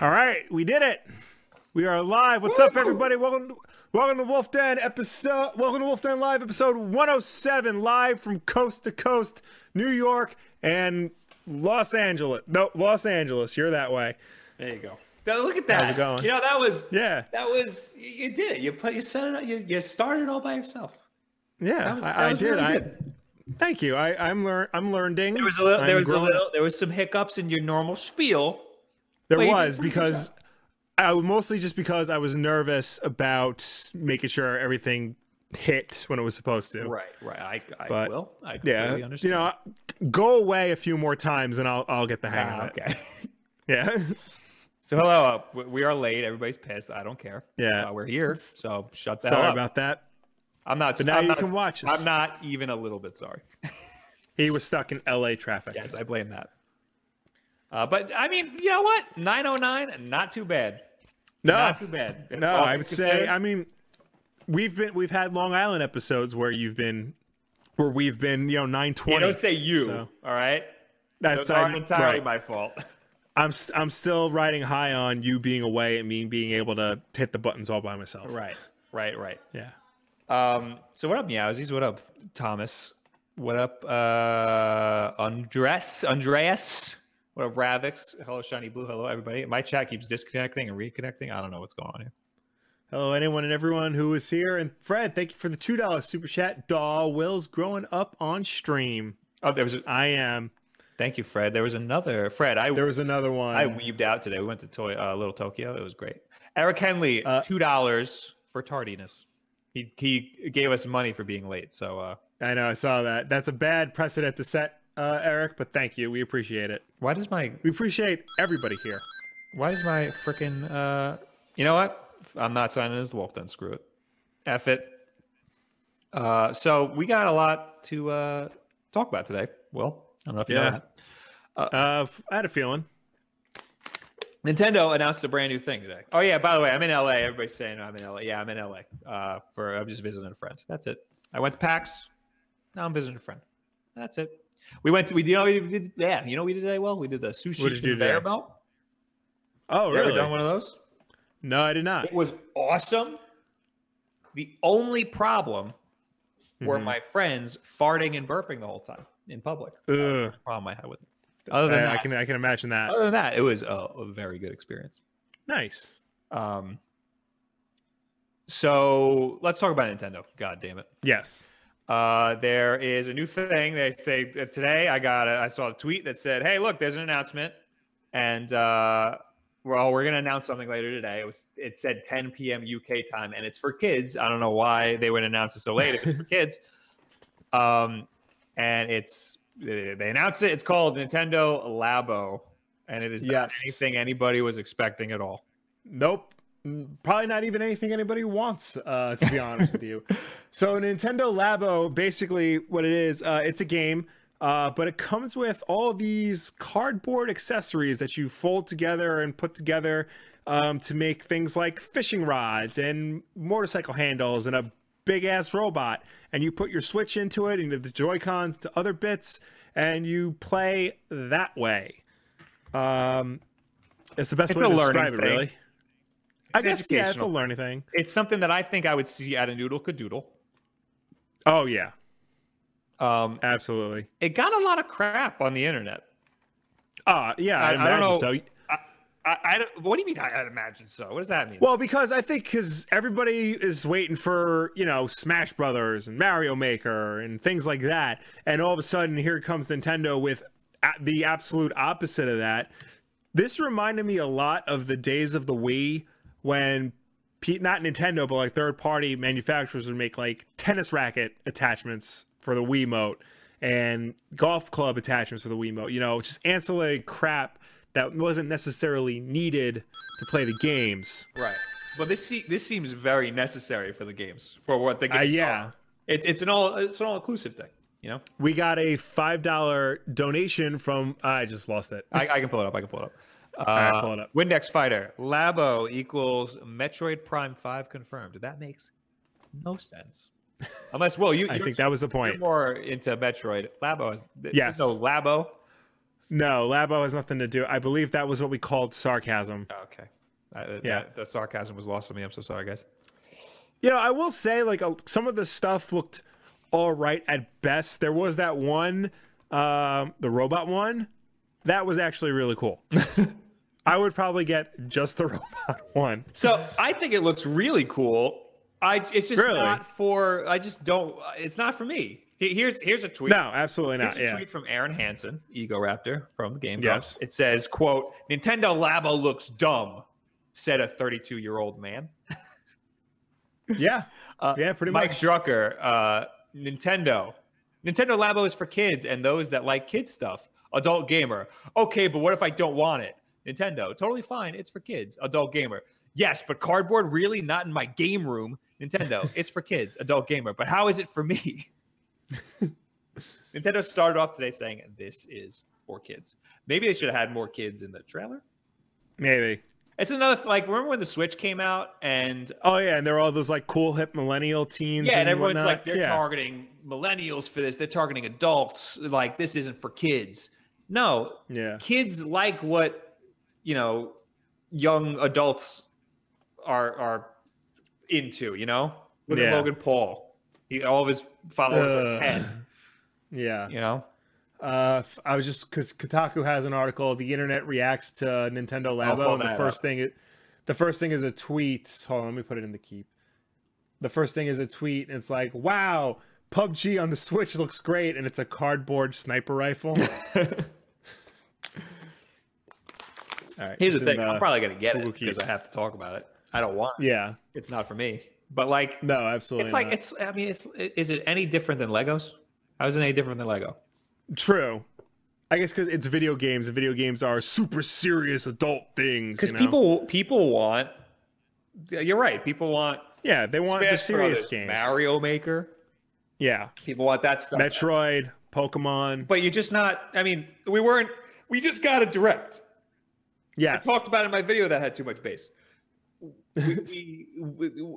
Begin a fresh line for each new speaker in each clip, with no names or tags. All right, we did it. We are live. What's up, everybody? Welcome, to, welcome to Wolf Den episode. Welcome to Wolf Den Live episode 107, live from coast to coast, New York and Los Angeles. No, Los Angeles. You're that way.
There you go. Now, look at that.
How's it going?
You know that was
Yeah,
that was you, you did it. You put you set it up. You, you started all by yourself.
yeah.
That was- that
I, I
was
did.
really
I
good.
thank you. I, I'm learn. I'm learning.
there was a little.
I'm
There was a
growing.
little. There was some hiccups in your normal spiel.
There
But you did
was
a pretty good
because I mostly just because I was nervous about making sure everything hit when it was supposed to.
Right. Right. I, I
But,
will. I
Yeah.
completely
You
understand.
know, go away a few more times and I'll I'll get the hang
Ah,
of it.
okay.
Yeah.
So hello. uh, we- We are late. Everybody's pissed. I don't care.
Yeah.
Uh, we're here. So shut that
sorry
up.
about that.
I'm not.
But now
I'm
you
not-
can watch us.
I'm not even a little bit sorry.
He was stuck in LA traffic.
Yes, I blame that. Uh, but I mean, you know what? 909, not too bad.
no.
Not too bad. If
No,
all
I would
things
say
considered.
I mean we've been we've had Long Island episodes where you've been where we've been, you know, 920.
You don't say you.
so.
All right.
That's
That's not
I'm-
entirely
right.
my fault.
I'm st- I'm still riding high on you being away and me being able to hit the buttons all by myself.
Right. Right. Right.
Yeah.
Um. So what up, meowsies? What up, Thomas? What up, uh, Andres? Andreas? What up, Ravix? Hello, Shiny Blue. Hello, everybody. My chat keeps disconnecting and reconnecting. I don't know what's going on here.
Hello, anyone and everyone who is here. And Fred, thank you for the two dollar super chat. Daw Will's growing up on stream.
Oh, there was. A,
I am.
thank you, Fred. There was another Fred. I
There was another one.
I weaved out today. We went to Toy uh, Little Tokyo. It was great. Eric Henley,
Uh,
two dollars for tardiness. He he gave us money for being late. So uh,
I know. I saw that. That's a bad precedent to set, uh, Eric. But thank you. We appreciate it.
why does my
We appreciate everybody here.
why does my freaking uh, you know what? I'm not signing as the wolf. Then screw it. F it. Uh, so we got a lot to uh, talk about today. Well, I don't know if you
Yeah.
know that.
Uh, f- I had a feeling.
Nintendo announced a brand new thing today. Oh yeah, by the way, I'm in LA. Everybody's saying I'm in LA. Yeah, I'm in LA. Uh, for I'm just visiting a friend. That's it. I went to PAX. Now I'm visiting a friend. That's it. We went to we you know we did yeah you know what we did today well we did the sushi
What did you do
conveyor
today?
belt.
Oh,
You ever
really?
done one of those?
No, I did not.
It was awesome. The only problem were
Mhm.
my friends farting and burping the whole time in public.
Ugh.
Problem I had with it. Other than
I, I
that, Uh,
can I can imagine that.
other than that, it was a, a very good experience.
Nice.
Um, so let's talk about Nintendo. God damn it.
Yes.
Uh, there is a new thing. They say that today I got a, I saw a tweet that said, "Hey, look, there's an announcement," and uh, well, we're gonna announce something later today. It, was, it said 10 p.m. UK time, and it's for kids. I don't know why they would announce it so late if it's for kids. Um, and it's they they announced it. It's called Nintendo Labo, and it is not
Yes.
anything anybody was expecting at all.
Nope. Mm, Probably not even anything anybody wants, uh, to be honest with you. So, Nintendo Labo, basically, what it is, uh, it's a game, uh, but it comes with all these cardboard accessories that you fold together and put together um, to make things like fishing rods and motorcycle handles and a big ass robot. And you put your Switch into it and the Joy Cons to other bits, and you play that way. Um, it's the best
It's
way
a
to
learning
describe it,
thing.
really. I guess yeah, it's a
educational.
learning thing.
it's something that I think I would see at a Noodle Cadoodle.
Oh yeah,
Um,
absolutely.
it got a lot of crap on the internet.
Uh yeah, I,
I- I don't
imagine
know.
so.
I, I, I don't- what do you mean? I, I'd imagine so. What does that mean?
Well, because I think because everybody is waiting for you know Smash Brothers and Mario Maker and things like that, and all of a sudden here comes Nintendo with a- the absolute opposite of that. This reminded me a lot of the days of the Wii when P- not Nintendo, but like third party manufacturers would make like tennis racket attachments for the Wiimote and golf club attachments for the Wiimote, you know, just ancillary crap that wasn't necessarily needed to play the games.
right. Well, this se- this seems very necessary for the games for what the games
Uh, yeah.
are. It, it's an all it's an all inclusive thing. You know,
We got a $5 donation from, uh, I just lost it.
I, I can pull it up. I can pull it up. Uh,
right, pull it up.
Windex Fighter Labo equals Metroid Prime Five confirmed. That makes no sense. Unless, well, you
I
you're-
think that was the
you're
point.
more into Metroid. Labo is there's
Yes.
no Labo.
No, Labo has nothing to do. I believe that was what we called sarcasm.
Oh, okay. I, th-
Yeah.
that- the sarcasm was lost on me. I'm so sorry, guys.
You know, I will say like a, some of the stuff looked all right at best. There was that one, um, the robot one, that was actually really cool. I would probably get just the robot one.
So I think it looks really cool. I it's just
Really?
not for. I just don't. uh, It's not for me. He- Here's here's a tweet.
No, absolutely
Here's
not.
a
Yeah.
tweet from Aaron Hansen, Ego Raptor from the game.
Yes.
It says, "quote Nintendo Labo looks dumb," said a 32 year old man.
Yeah.
Uh,
yeah, pretty
Mike
much.
Drucker, uh, Nintendo. Nintendo Labo is for kids and those that like kids stuff. Adult gamer. Okay, but what if I don't want it? Nintendo. Totally fine. It's for kids. Adult gamer. Yes, but cardboard really not in my game room. Nintendo. it's for kids. Adult gamer. But how is it for me? Nintendo started off today saying this is for kids. Maybe they should have had more kids in the trailer.
Maybe.
It's another like remember when the Switch came out and
Oh yeah, and there are all those like cool hip millennial teens.
Yeah, and
and
everyone's
whatnot.
like, they're
yeah.
targeting millennials for this. They're targeting adults. Like, this isn't for kids. No,
Yeah.
kids like what you know, young adults are are into. You know, look at
Yeah.
Logan Paul. He, all of his followers are
Ugh.
ten.
Uh, Yeah.
You know,
Uh, f- I was just because Kotaku has an article. The internet reacts to Nintendo Labo,
pull
and the
that
first
up.
thing it, the first thing is a tweet. Hold on, let me put it in the keep. The first thing is a tweet, and it's like, "Wow, PUBG on the Switch looks great," and it's a cardboard sniper rifle. All right,
here's
it's
the
in,
thing: I'm
uh,
probably gonna get
Google
it because
Keep.
I have to talk about it. I don't want. it.
yeah,
It's not for me. But like,
no, absolutely.
it's like
not.
it's. I mean, it's. Is it any different than Legos? How is it any different than Lego?
true. I guess because it's video games, and video games are super serious adult things.
because
you know?
people people want you're right people want
yeah, they want the
Smash
serious
Brothers,
games.
mario maker
yeah,
people want that stuff
Metroid, Pokemon.
but you're just not i mean we weren't we just got a direct
Yes.
talked about it in my video that had too much bass we, we, we,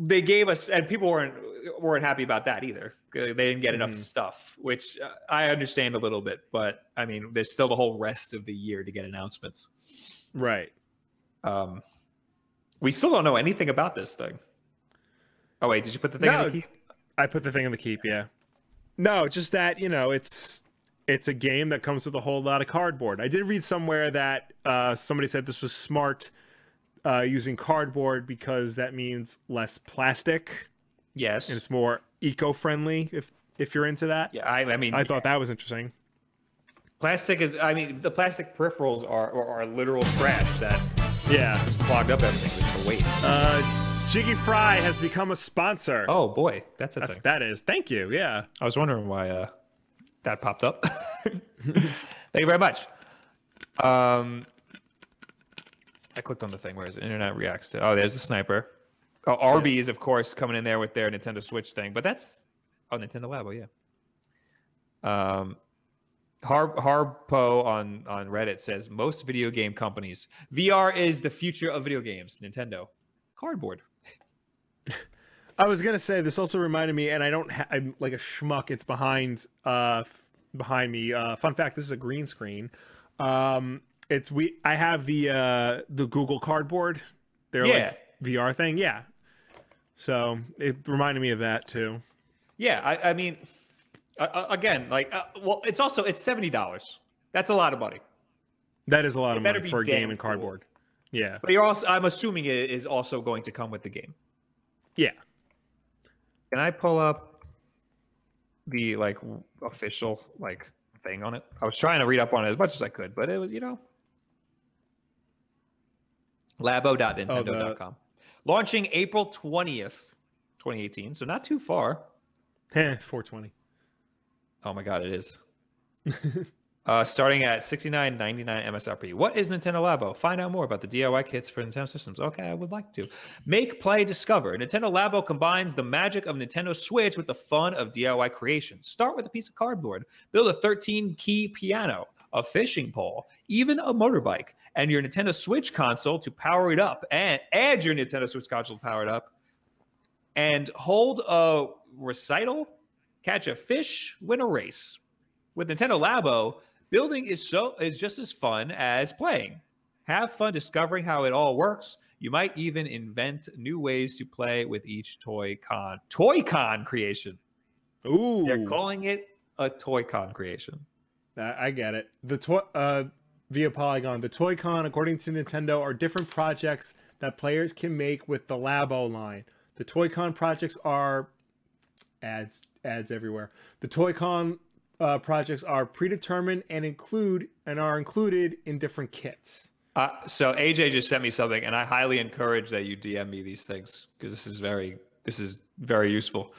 they gave us and people weren't weren't happy about that either they didn't get enough
Mhm.
stuff which uh, i understand a little bit but i mean there's still the whole rest of the year to get announcements
Right.
Um, we still don't know anything about this thing. Oh wait, did you put the thing in
No.
the key?
I put the thing in the keep, yeah. No, just that, you know, it's it's a game that comes with a whole lot of cardboard. I did read somewhere that uh, somebody said this was smart uh, using cardboard because that means less plastic
Yes.
and it's more eco-friendly if if you're into that.
yeah, I, I mean,
I thought that was interesting.
plastic is. I mean, the plastic peripherals are are, are literal trash that
Yeah.
clogged up everything with the waste.
Uh, Jiggy Fry has become a sponsor.
Oh boy, that's a
That's,
thing.
that is. Thank you. Yeah.
I was wondering why uh, that popped up. Thank you very much. Um, I clicked on the thing. Where is it? Internet reacts to. Oh, there's the sniper. Oh, Arby's, of course, coming in there with their Nintendo Switch thing, but that's oh Nintendo Labo, yeah. Um, Har- Harpo on on Reddit says most video game companies VR is the future of video games. Nintendo, cardboard.
I was gonna say this also reminded me, and I don't. Ha- I'm like a schmuck. It's behind, uh, f- behind me. Uh, fun fact: this is a green screen. Um, it's we. I have the uh the Google Cardboard. They're
Yeah.
like VR thing. Yeah. So it reminded me of that too.
Yeah, I, I mean, uh, uh, again, like, uh, well, it's also it's seventy dollars. That's a lot of money.
That is a lot of
better
money
be
for a
damn
game in
cool.
cardboard. Yeah.
But you're also, I'm assuming it is also going to come with the game.
Yeah.
Can I pull up the like w- official like thing on it? I was trying to read up on it as much as I could, but it was you know, labo.nintendo.com, launching April twentieth, twenty eighteen. So not too far.
Heh, 420.
Oh my god, it is. uh, starting at sixty nine ninety nine MSRP. What is Nintendo Labo? Find out more about the DIY kits for Nintendo systems. Okay, I would like to. Make, play, discover. Nintendo Labo combines the magic of Nintendo Switch with the fun of DIY creation. Start with a piece of cardboard, build a 13 key piano, a fishing pole, even a motorbike, and your Nintendo Switch console to power it up. And add your Nintendo Switch console to power it up. And hold a recital catch a fish, win a race. With Nintendo Labo, Building is so is just as fun as playing. Have fun discovering how it all works. You might even invent new ways to play with each toy con. Toy con creation.
Ooh,
They're calling it a toy con creation.
I I get it. The toy uh, via Polygon, the Toy-Con, according to Nintendo, are different projects that players can make with the Labo line. The Toy-Con projects are ads ads everywhere. The Toy-Con uh, projects are predetermined and include and are included in different kits.
Uh, so AJ just sent me something, and I highly encourage that you DM me these things because this is very this is very useful.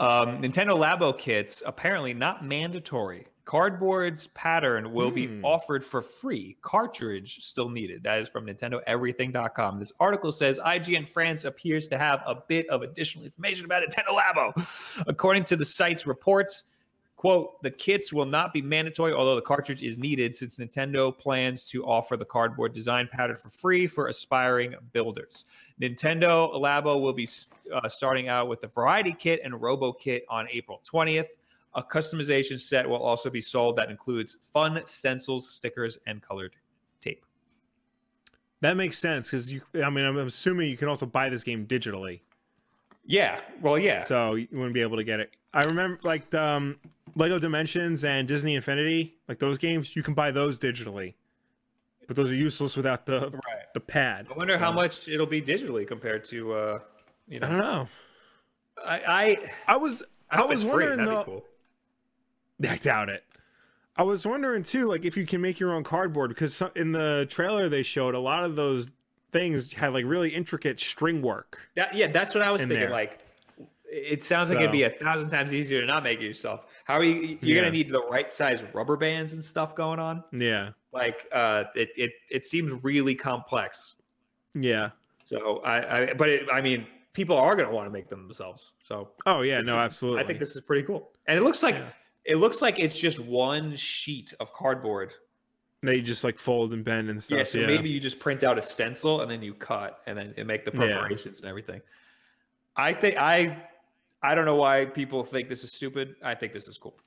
Um, Nintendo Labo kits apparently not mandatory. Cardboard's pattern will be
Hmm.
offered for free. Cartridge still needed. That is from NintendoEverything.com. This article says IGN France appears to have a bit of additional information about Nintendo Labo. According to the site's reports, quote the kits will not be mandatory although the cartridge is needed since nintendo plans to offer the cardboard design pattern for free for aspiring builders nintendo labo will be uh, starting out with the variety kit and robo kit on april 20th a customization set will also be sold that includes fun stencils stickers and colored tape
That makes sense because you. I mean, I'm assuming you can also buy this game digitally.
yeah well yeah
so you wouldn't be able to get it. I remember like the, um, Lego Dimensions and Disney Infinity, like those games, you can buy those digitally, but those are useless without the the pad.
i wonder how
So,
much it'll be digitally compared to uh you
I don't
know
know.
i i,
I was
I,
I,
hope
was
it's free.
wondering
That'd be
though.
cool.
I doubt it. I was wondering too, like if you can make your own cardboard because some, in the trailer they showed a lot of those things had like really intricate string work.
That, yeah, that's what I was
in
thinking.
there.
Like, it sounds like it'd be a thousand times easier to not make it yourself. How are you? You're
Yeah.
gonna need the right size rubber bands and stuff going on.
Yeah,
Like, uh, it it it seems really complex.
yeah.
So I, I but it, I mean, people are gonna want to make them themselves. So
Oh yeah, no,
is-
absolutely.
I think this is pretty cool. And it looks like
Yeah.
it looks like it's just one sheet of cardboard.
they just like fold and bend and stuff.
yeah. So maybe you just print out a stencil and then you cut and then and make the
Yeah.
perforations and everything. I think I I don't know why people think this is stupid. I think this is cool.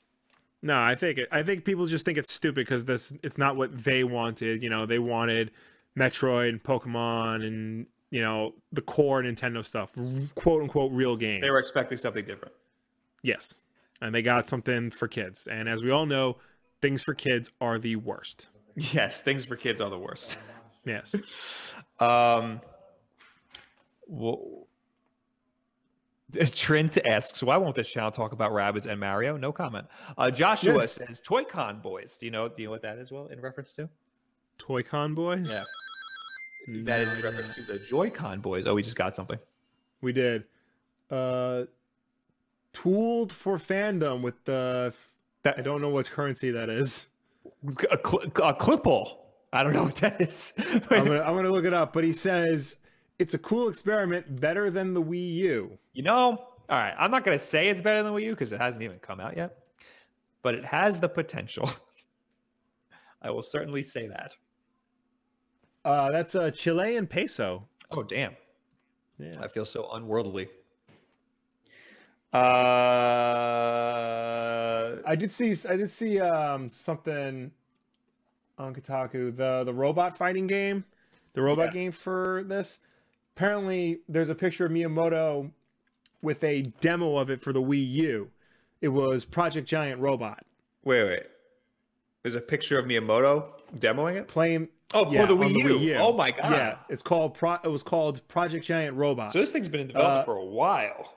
No, I think it, I think people just think it's stupid because this it's not what they wanted. You know, they wanted Metroid and Pokemon and you know the core Nintendo stuff, quote unquote real games.
They were expecting something different.
yes, and they got something for kids. And as we all know, things for kids are the worst.
Yes, things for kids are the worst.
Yes,
Um wha- Trent asks, why won't this channel talk about rabbits and Mario? No comment. Uh, Joshua
Yeah.
says, Toy Con Boys. Do you know do you know what that is, Will, in reference to?
Toy Con boys. Mm-hmm.
Yeah. That is in reference to the Joy-Con Boys. Oh, we just got something.
we did. Uh, tooled for fandom with the.
That-
I don't know what currency that is.
a, cl- a clipple. I don't know what that is.
I'm gonna, I'm gonna look it up, but he says it's a cool experiment, better than the Wii U.
you know, all right. I'm not gonna say it's better than Wii U because it hasn't even come out yet, but it has the potential. I will certainly say that.
Uh, that's a Chilean peso.
Oh damn!
Yeah.
I feel so unworldly. Uh,
I did see, I did see um, something on Kotaku the the robot fighting game, the robot
Yeah.
game for this. Apparently, there's a picture of Miyamoto with a demo of it for the Wii U. It was Project Giant Robot
wait, wait. There's a picture of Miyamoto demoing it.
playing.
Oh, for
yeah,
the
on
Wii, U. Oh my god!
Yeah, it's called Pro. It was called Project Giant Robot.
So this thing's been in development
Uh,
for a while.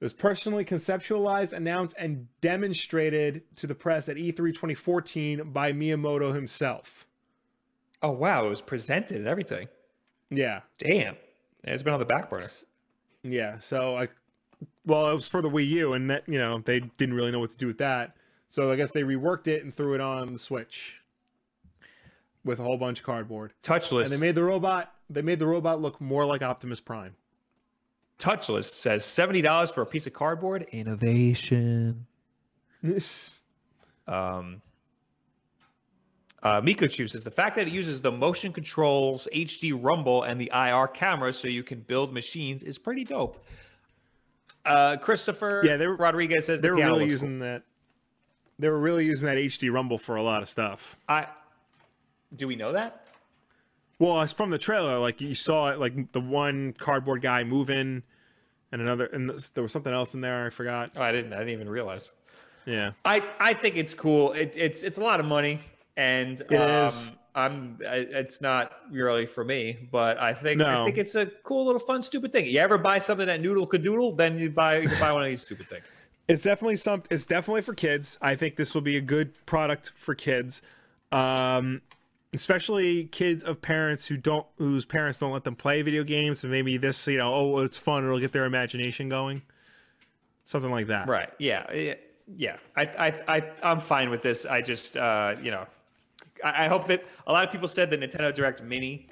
It was personally conceptualized, announced, and demonstrated to the press at E E3 2014 by Miyamoto himself.
Oh wow! It was presented and everything.
Yeah,
Damn. Yeah, It's been on the back burner.
yeah. So I, well, it was for the Wii U, and that you know they didn't really know what to do with that. So I guess they reworked it and threw it on the Switch with a whole bunch of cardboard.
Touchless.
And they made the robot. They made the robot look more like Optimus Prime.
Touchless says $70 for a piece of cardboard. Innovation. Um, uh, Mikochu says the fact that it uses the motion controls, HD rumble, and the IR camera so you can build machines is pretty dope. Uh, Christopher
Yeah, they were-
Rodriguez says
they
the
were
piano
really
looks
using that. They were really using that HD Rumble for a lot of stuff.
I do we know that?
Well, it's from the trailer. Like you saw it, like the one cardboard guy moving, and another, and th- there was something else in there. I forgot.
Oh, I didn't. I didn't even realize.
Yeah,
I I think it's cool. It, it's it's a lot of money, and um,
It is.
I'm. I, it's not really for me, but I think I
No.
think it's a cool little fun stupid thing. You ever buy something that noodle could doodle, then you buy you can buy one of these stupid things.
it's definitely some. It's definitely for kids. I think this will be a good product for kids, um, especially kids of parents who don't, whose parents don't let them play video games. And maybe this, you know, oh, it's fun. It'll get their imagination going. Something like that.
Right? Yeah. yeah, Yeah. I I I I'm fine with this. I just uh you know, I, I hope that a lot of people said the Nintendo Direct Mini.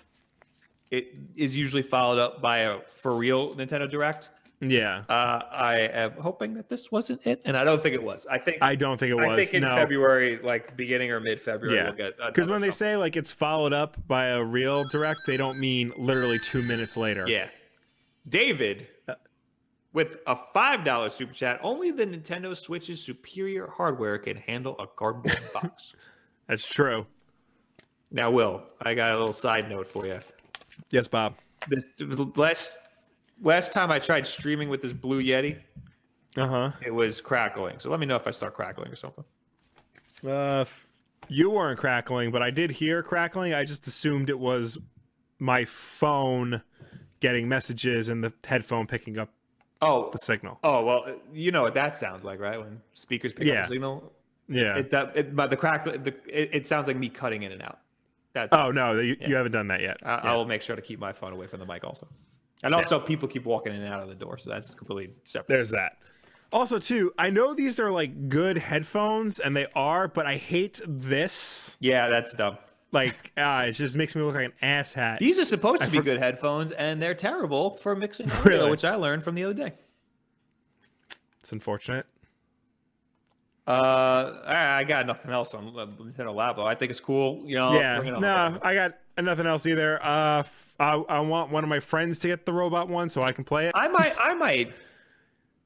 It is usually followed up by a for real Nintendo Direct.
Yeah.
Uh, I am hoping that this wasn't it, and I don't think it was. I think
I don't think it was.
I think in
no.
February, like beginning or mid February,
Yeah,
we'll get
because when they say like it's followed up by a real direct, they don't mean literally two minutes later.
yeah, David with a five dollar super chat, only the Nintendo Switch's superior hardware can handle a cardboard box.
that's true.
Now, Will, I got a little side note for you.
Yes, Bob.
This last last time I tried streaming with this Blue Yeti,
Uh huh.
it was crackling. So let me know if I start crackling or something.
Uh, f- you weren't crackling, but I did hear crackling. I just assumed it was my phone getting messages and the headphone picking up
Oh,
the signal.
oh well, you know what that sounds like, right? When speakers pick up
Yeah.
a signal,
Yeah.
It, that, it, but the crack, the, it, it sounds like me cutting in and out. That's,
oh no, you, you haven't done that yet.
I, I will make sure to keep my phone away from the mic also. And also, people keep walking in and out of the door, so that's completely separate.
There's that. Also, too, I know these are like good headphones, and they are, but I hate this.
Yeah, that's dumb.
Like, uh, it just makes me look like an ass hat.
These are supposed to be
for-
good headphones, and they're terrible for mixing audio,
Really?
which I learned from the other day.
It's unfortunate.
Uh, I, I got nothing else on uh, Nintendo Labo. I think it's cool. You know,
yeah,
bring it on.
no, I got nothing else either. Uh, f- I, I want one of my friends to get the robot one so I can play it.
I might, I might.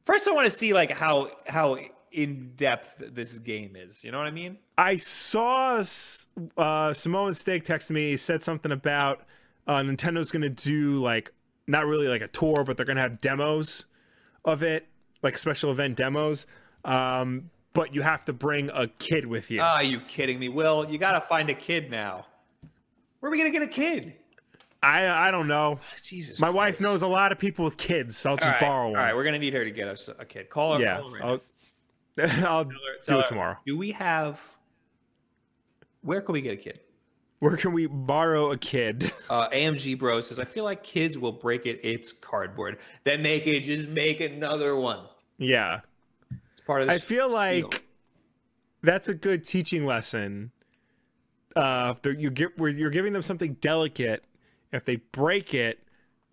First, I want to see like how how in depth this game is. You know what I mean?
I saw S- uh, Samoan Steak text me. He said something about uh, Nintendo's going to do like not really like a tour, but they're going to have demos of it, like special event demos. Um, but you have to bring a kid with you.
Ah, you kidding me? Will, you gotta find a kid now. Where are we gonna get a kid?
I I don't know.
Jesus.
My wife
Christ.
knows a lot of people with kids, so I'll
All
just
right,
borrow
all
one.
right, we're gonna need her to get us a kid. Call her.
yeah, Oh.
call her right now.
I'll, I'll
Tell
do
her,
it tomorrow.
Do we have? Where can we get a kid?
Where can we borrow a kid?
Uh, AMG Bro says, I feel like kids will break it. It's cardboard. Then they could just make another one.
yeah.
It's part of. The
I feel like that's a good teaching lesson. Uh, if they're- you get where you're giving them something delicate. If they break it,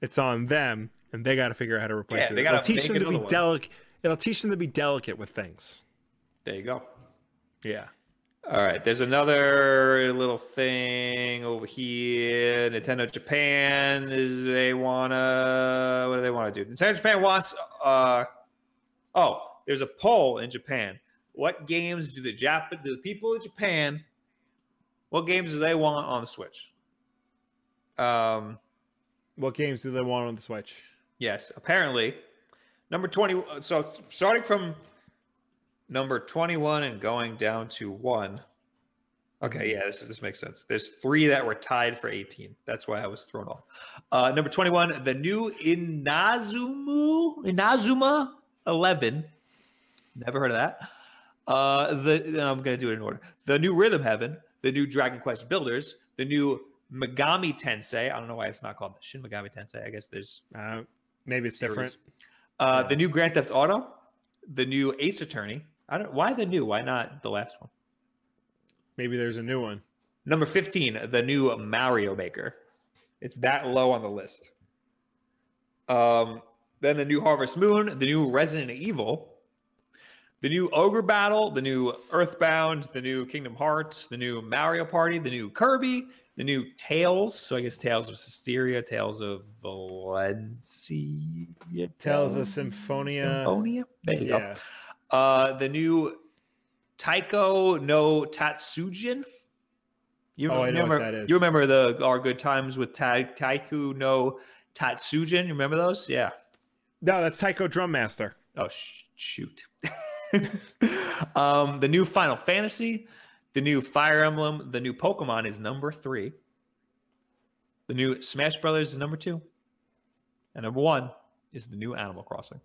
it's on them, and they got to figure out how to replace
Yeah,
it.
they gotta
It'll teach
make
them to be
another one.
delicate. It'll teach them to be delicate with things.
There you go.
Yeah.
All right, there's another little thing over here. Nintendo Japan is they wanna what do they wanna do? Nintendo Japan wants uh oh, there's a poll in Japan. What games do the Jap do the people in Japan what games do they want on the Switch? Um
What games do they want on the Switch?
Yes, apparently. Number 20 uh, so starting from number 21 and going down to 1. Okay, yeah, this is, this makes sense. There's 3 that were tied for 18. That's why I was thrown off. Uh number 21, the new Inazumu Inazuma 11. Never heard of that. Uh the then I'm going to do it in order. The new Rhythm Heaven, the new Dragon Quest Builders, the new Megami Tensei. I don't know why it's not called Shin Megami Tensei. I guess there's
Uh, maybe it's different.
series. Uh, The new Grand Theft Auto, the new Ace Attorney. I don't why the new, why not the last one?
Maybe there's a new one.
Number fifteen, the new Mario Maker. It's that low on the list. Um, then the new Harvest Moon, the new Resident Evil, the new Ogre Battle, the new Earthbound, the new Kingdom Hearts, the new Mario Party, the new Kirby, the new Tales. So I guess Tales of Systeria, Tales of Valencia,
Tales of Symphonia.
Symphonia. There you go.
Yeah.
Uh, the new Taiko no Tatsujin. You
Oh, I know what
remember?
that is.
You remember the our good times with ta- Taiku no Tatsujin? You remember those? Yeah.
No, that's Taiko Drum Master.
Oh sh- shoot. um, the new Final Fantasy, the new Fire Emblem, the new Pokemon is number three. The new Smash Brothers is number two, and number one is the new Animal Crossing.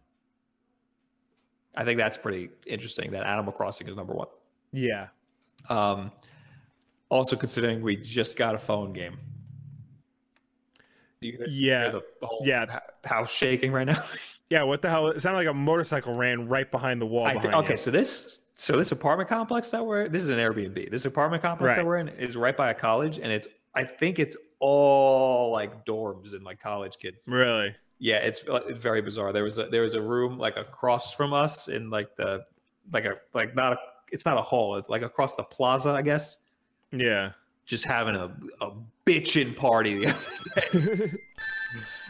I think that's pretty interesting that Animal Crossing is number one.
Yeah.
Um, also considering we just got a phone game. You can hear
Yeah.
the whole
Yeah.
ho- house shaking right now.
Yeah, what the hell? It sounded like a motorcycle ran right behind the wall.
I thi-
behind
okay,
you.
so this so this apartment complex that we're this is an Airbnb. This apartment complex
Right.
that we're in is right by a college, and it's I think it's all like dorms and like college kids.
Really?
Yeah, it's uh, it's very bizarre. There was a there was a room like across from us in like the like a like not a it's not a hall. It's like across the plaza, I guess.
Yeah.
Just having a a bitchin' party. the other day.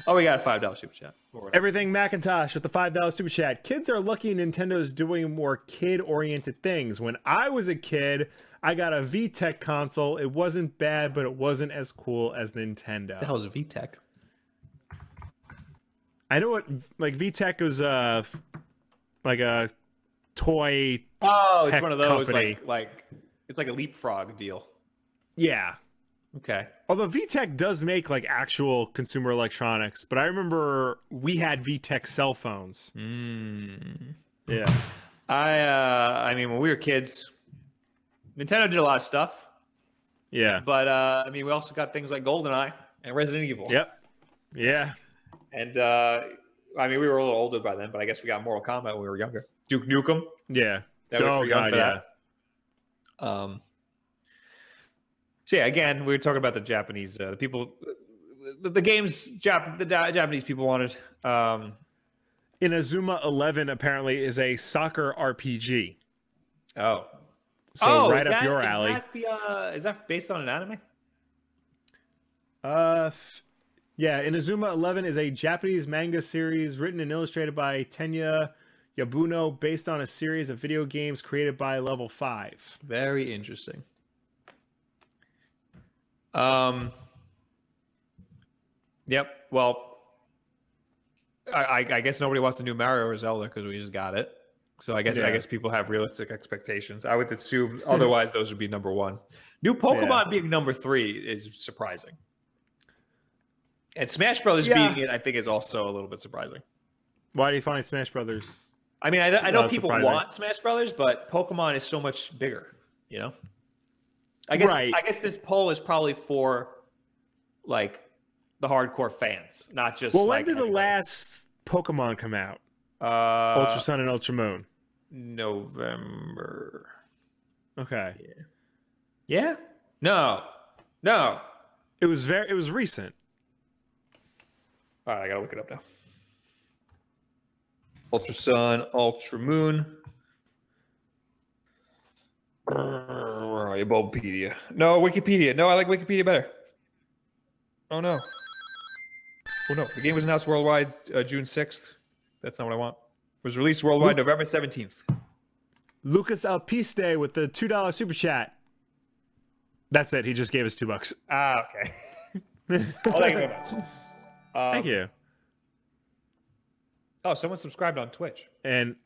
oh, we got a five dollar super chat.
Everything Macintosh with the $5 super chat. Kids are lucky Nintendo's doing more kid oriented things. When I was a kid, I got a VTech console. It wasn't bad, but it wasn't as cool as Nintendo.
the hell is a VTech?
I know what, like, VTech was uh, f- like a toy.
Oh, it's
Tech
one of those
company.
like like it's like a leapfrog deal.
Yeah.
Okay.
Although VTech does make like actual consumer electronics, but I remember we had VTech cell phones. Yeah.
Mm. I uh, I mean, when we were kids, Nintendo did a lot of stuff,
Yeah.
but uh, I mean, we also got things like GoldenEye and Resident Evil.
Yep. Yeah.
And uh, I mean, we were a little older by then, but I guess we got Mortal Kombat when we were younger. Duke Nukem.
Yeah.
That was
oh
pretty young
god,
for
yeah.
that. Um, so yeah, again, we were talking about the Japanese uh, the people, the, the games Jap- the da- Japanese people wanted. Um,
Inazuma Eleven apparently is a soccer RPG.
oh,
So
oh,
right
is
up
that-
your
is
alley.
that the, uh, is that based on an anime?
Uh, f- yeah, Inazuma Eleven is a Japanese manga series written and illustrated by Tenya Yabuno, based on a series of video games created by Level Five.
Very interesting. Um. Yep. Well, I, I, I guess nobody wants the new Mario or Zelda because we just got it. So I guess
Yeah.
I guess people have realistic expectations. I would assume otherwise those would be number one. New Pokemon being number three is surprising. And Smash Brothers
Yeah.
beating it, I think, is also a little bit surprising.
Why do you find Smash Brothers?
I mean, I, I know
Uh,
people
surprising.
want Smash Brothers, but Pokemon is so much bigger. You know, I guess
Right.
I guess this poll is probably for like the hardcore fans, not just.
Well,
like,
when did the
anybody.
last Pokemon come out?
uh,
Ultra Sun and Ultra Moon.
November?
Okay,
Yeah. No. No.
it was very it was recent.
All right, I gotta look it up now. Ultra Sun, Ultra Moon. Where are you, Bulbpedia? No, Wikipedia. No, I like Wikipedia better. Oh no. Oh no, the game was announced worldwide uh, June sixth. That's not what I want. It was released worldwide November seventeenth.
Lucas Alpiste with the two dollar super chat. That's it. He just gave us two bucks.
Ah, okay. well, Oh, thank you very much. Um,
Thank you.
Oh, someone subscribed on Twitch.
and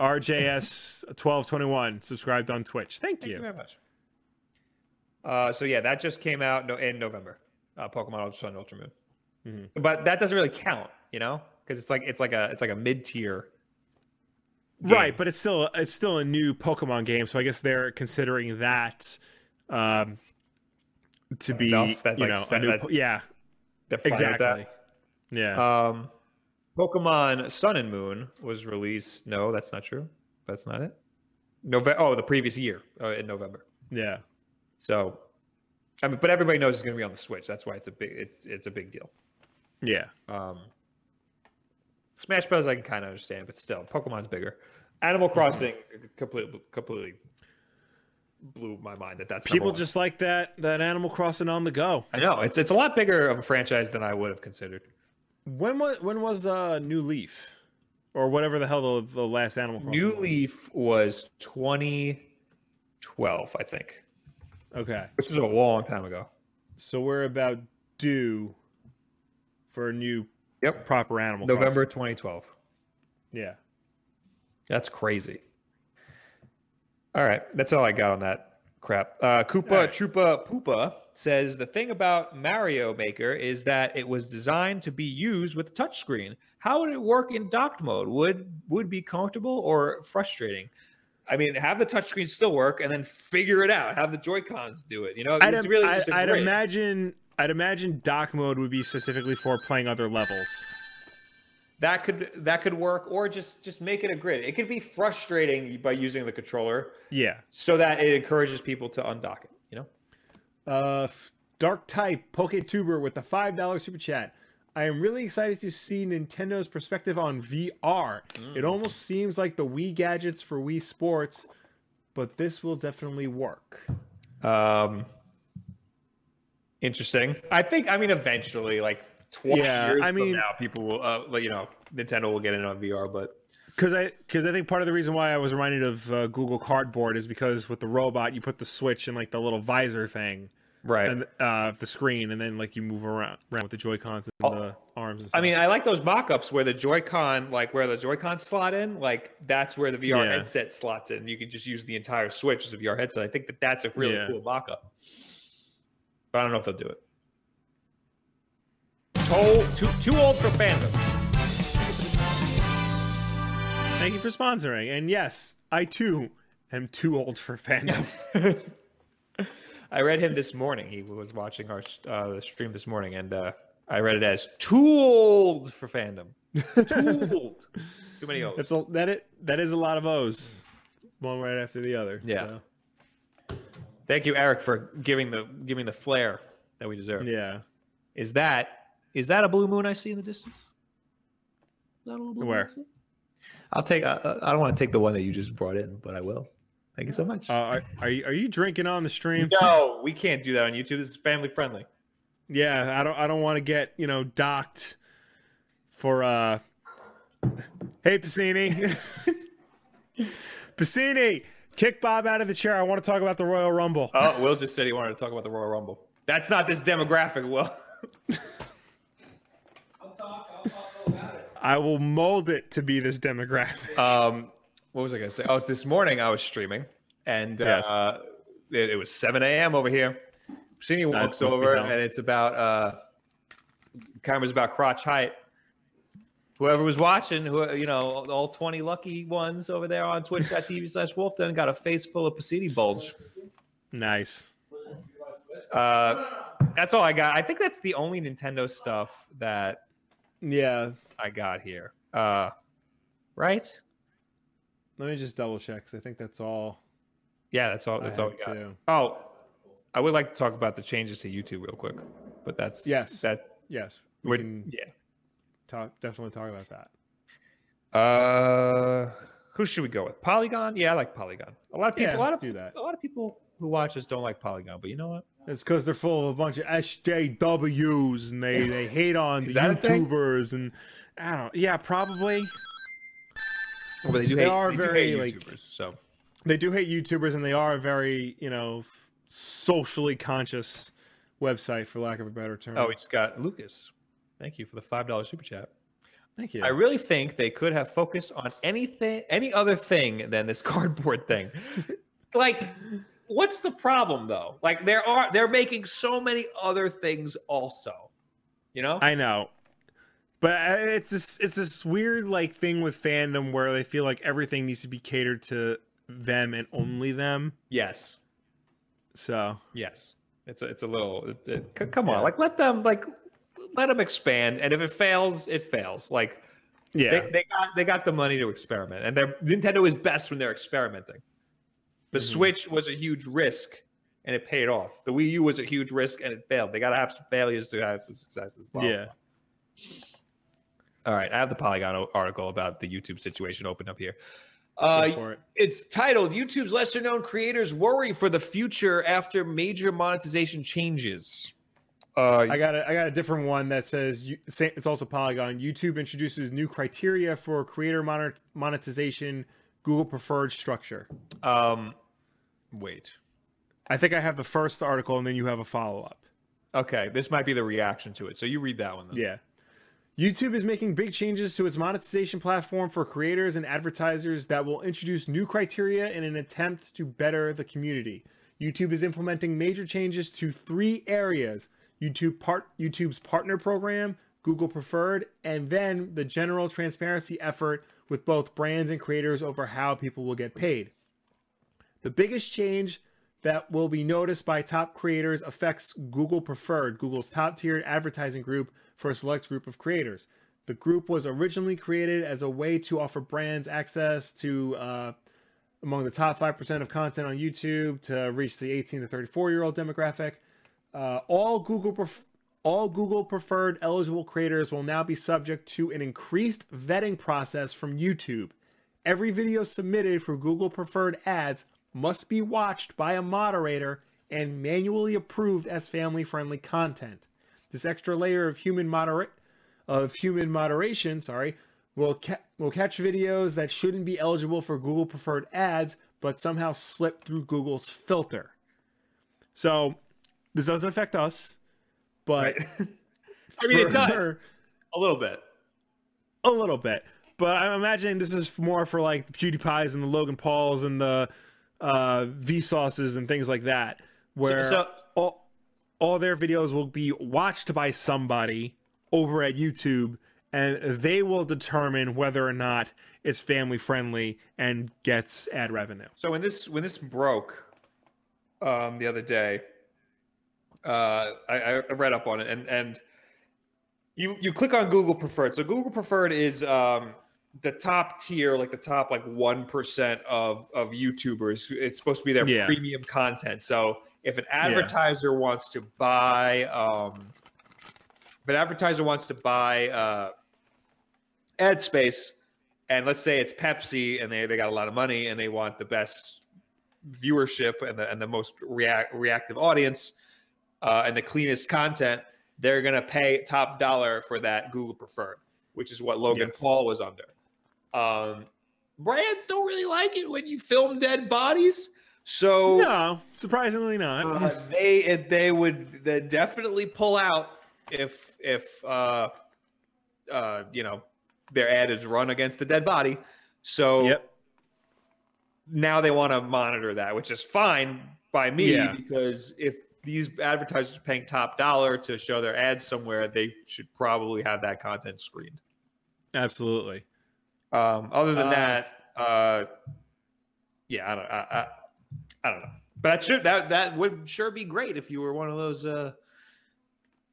RJS1221 subscribed on Twitch. Thank
Thank you
you.
very much. Uh, so yeah, that just came out no- in November. Uh, Pokemon Ultra Sun, Ultra Moon,
Mm-hmm.
but that doesn't really count, you know, because it's like it's like a it's like a mid tier.
Right, but it's still it's still a new Pokemon game, so I guess they're considering that um to be
Enough that,
you
like,
know a
set
new
that-
po- yeah exactly yeah
Um, Pokemon Sun and Moon was released. No, that's not true. That's not it. November. Oh, the previous year uh, in November.
yeah
So, I mean, but everybody knows it's going to be on the Switch. That's why it's a big it's it's a big deal.
yeah
Um, Smash Bros. I can kind of understand, but still, Pokemon's bigger. Animal Crossing completely completely blew my mind that that's number
people
one.
just like that that Animal Crossing on the go.
I know it's it's a lot bigger of a franchise than I would have considered.
When was when was uh, New Leaf or whatever the hell the, the last Animal Crossing
New
was?
Leaf was 20 twelve, I think,
Okay.
which was a long time ago.
So we're about due for a new
Yep,
proper animal. Crossing.
November twenty twelve.
Yeah.
That's crazy. All right, that's all I got on that crap. Uh, Koopa
All right.
Troopa Poopa says the thing about Mario Maker is that it was designed to be used with touchscreen. How would it work in docked mode? Would would be comfortable or frustrating? I mean, have the touchscreen still work, and then figure it out. Have the Joy Cons do it. You know,
I'd,
it's
im-
really
I,
just a
I'd
grid.
imagine. I'd imagine dock mode would be specifically for playing other levels.
that could that could work, or just just make it a grid. It could be frustrating by using the controller
Yeah.
so that it encourages people to undock it. You know.
Uh, f- Dark Type PokeTuber with the five dollar super chat. I am really excited to see Nintendo's perspective on VR. It almost seems like the Wii gadgets for Wii Sports, but this will definitely work.
Um, interesting. I think. I mean, eventually, like twenty
Yeah,
years
I mean-
from now, people will. Uh, like, you know, Nintendo will get in on VR, but
Because I because I think part of the reason why I was reminded of uh, Google Cardboard is because with the robot you put the switch in like the little visor thing
right.
and uh, of the screen, and then like you move around, around with the Joy Cons and the arms. And stuff.
Oh, I mean, I like those mock-ups where the Joy-Con, like where the Joy-Con slot in, like that's where the VR
Yeah.
headset slots in. You can just use the entire Switch as a VR headset. I think that that's a really
Yeah.
cool mock-up. But I don't know if they'll do it. Too, too, too old for fandom.
thank you for sponsoring, and yes, I too am too old for fandom.
I read him this morning. He was watching our uh, stream this morning, and uh, I read it as too old for fandom. Too old. Too many O's.
That's a that it that is a lot of O's, one right after the other.
Yeah.
so,
Thank you, Eric, for giving the giving the flair that we deserve.
yeah.
Is that is that a blue moon I see in the distance? Is that a little blue
Where?
Moon I see? I'll take. I, I- I don't want to take the one that you just brought in, but I will. Thank you so much.
Uh, are, are you are you drinking on the stream?
no, we can't do that on YouTube. This is family friendly.
Yeah, I don't I don't want to get you know docked for uh. Hey Piscini, Piscini, kick Bob out of the chair. I want to talk about the Royal Rumble.
Oh, Will just said he wanted to talk about the Royal Rumble. That's not this demographic, Will.
I will mold it to be this demographic.
um, what was I going to say? Oh, this morning I was streaming, and
Yes.
uh, it, it was 7 a.m. over here. Sydney
must
walks
be
over,
hell.
and it's about uh, camera's about crotch height. Whoever was watching, who you know, all 20 lucky ones over there on twitch.tv slash wolfden got a face full of Pasini bulge.
nice.
Uh, that's all I got. I think that's the only Nintendo stuff that
Yeah.
I got here. Uh, right?
Let me just double check because I think that's all.
Yeah, that's all.
I
That's all we
had,
got.
too.
Oh, I would like to talk about the changes to YouTube real quick, but that's
Yes.
That
Yes, we
we
can
yeah.
talk definitely talk about that.
Uh, who should we go with? Polygon? Yeah, I like Polygon. A lot of people.
Yeah,
a lot
let's
of
do that.
a lot of people who watch us don't like Polygon, but you know what?
It's because they're full of a bunch of SJWs and they, they hate on the
Is that a thing?
YouTubers and I don't. Yeah, probably
But they do
They
hate,
are
they do
very,
hate
like-
YouTubers. so
they do hate YouTubers and they are a very you know socially conscious website for lack of a better term.
oh, we just got Lucas. Thank you for the five dollar super chat.
thank you.
I really think they could have focused on anything, any other thing than this cardboard thing. like, what's the problem though? Like, there are they're making so many other things also. You know,
I know, but I- it's this it's this weird like thing with fandom where they feel like everything needs to be catered to them and only them.
yes,
So
yes. It's a, it's a little. It, it, c- come on,
Yeah.
like let them like let them expand, and if it fails, it fails. Like
yeah,
they, they got they got the money to experiment, and their Nintendo is best when they're experimenting. The
Mhm.
Switch was a huge risk, and it paid off. The Wii U was a huge risk, and it failed. They got to have some failures to have some successes. Blah, blah,
yeah.
blah. All right, I have the Polygon o- article about the YouTube situation open up here. Uh,
Go for it.
it's titled "YouTube's Lesser-Known Creators Worry for the Future After Major Monetization Changes." Uh,
I got a, I got a different one that says you- sa- it's also Polygon. YouTube introduces new criteria for creator moner- monetization, Google preferred structure.
Um, Wait.
I think I have the first article and then you have a follow up.
Okay, this might be the reaction to it. So you read that one. Then.
Yeah. YouTube is making big changes to its monetization platform for creators and advertisers that will introduce new criteria in an attempt to better the community. YouTube is implementing major changes to three areas: YouTube part YouTube's partner program, Google Preferred, and then the general transparency effort with both brands and creators over how people will get paid. The biggest change that will be noticed by top creators affects Google Preferred, Google's top tiered advertising group for a select group of creators. The group was originally created as a way to offer brands access to uh, among the top 5% of content on YouTube to reach the 18 to 34 year old demographic. Uh, all Google pref- all Google preferred eligible creators will now be subject to an increased vetting process from YouTube. Every video submitted for Google preferred ads must be watched by a moderator and manually approved as family friendly content. This extra layer of human moderate of human moderation, sorry, will ca- will catch videos that shouldn't be eligible for Google preferred ads but somehow slip through Google's filter. So, this doesn't affect us, but
Right. I mean, it
for-
does a little bit.
a little bit. But I'm imagining this is more for like the PewDiePies and the Logan Pauls and the uh, Vsauces and things like that, where
so-
all all their videos will be watched by somebody over at YouTube, and they will determine whether or not it's family friendly and gets ad revenue.
So when this when this broke um, the other day, uh, I, I read up on it, and and you you click on Google Preferred. So Google Preferred is um, the top tier, like the top like one percent of of YouTubers. It's supposed to be their
Yeah.
premium content. So if an advertiser wants to buy, um, if an advertiser wants to buy uh, ad space, and let's say it's Pepsi, and they they got a lot of money, and they want the best viewership and the and the most react, reactive audience uh, and the cleanest content, they're going to pay top dollar for that Google preferred, which is what Logan
Yes.
Paul was under. Um, brands don't really like it when you film dead bodies, so
No, surprisingly not.
uh, they it- they would they definitely pull out if if uh, uh, you know their ad is run against the dead body. So
yep.
now they want to monitor that, which is fine by me
Yeah.
because if these advertisers are paying top dollar to show their ads somewhere, they should probably have that content screened.
Absolutely.
Um, other than
Uh,
that, uh, yeah, I don't, I, I, I don't know, but that should that that would sure be great if you were one of those uh,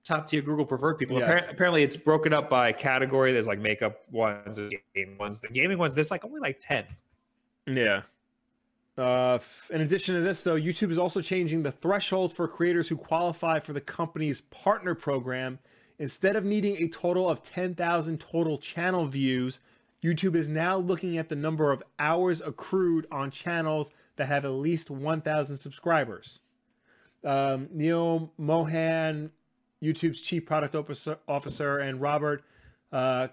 top tier Google preferred people.
Yes.
Appar- apparently, it's broken up by category. There's like makeup ones, there's game ones, the gaming ones. There's like only like ten.
Yeah. Uh, f- in addition to this, though, YouTube is also changing the threshold for creators who qualify for the company's partner program. Instead of needing a total of 10,000 total channel views, YouTube is now looking at the number of hours accrued on channels that have at least 1,000 subscribers. Um, Neil Mohan, YouTube's chief product officer, officer and Robert uh,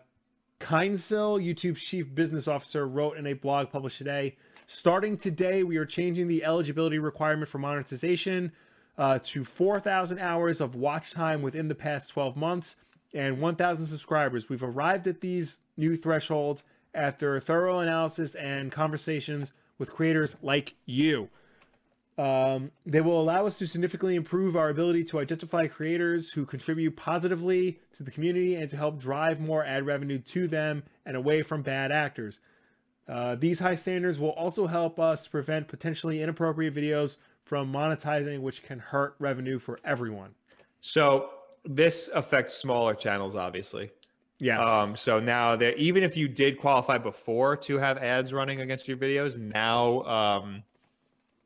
Kinsil, YouTube's chief business officer, wrote in a blog published today Starting today, we are changing the eligibility requirement for monetization uh, to 4,000 hours of watch time within the past 12 months and 1,000 subscribers. We've arrived at these new thresholds after thorough analysis and conversations with creators like you. Um, they will allow us to significantly improve our ability to identify creators who contribute positively to the community and to help drive more ad revenue to them and away from bad actors. Uh, these high standards will also help us prevent potentially inappropriate videos from monetizing, which can hurt revenue for everyone.
So this affects smaller channels, obviously.
Yes.
Um, so now that even if you did qualify before to have ads running against your videos, now um,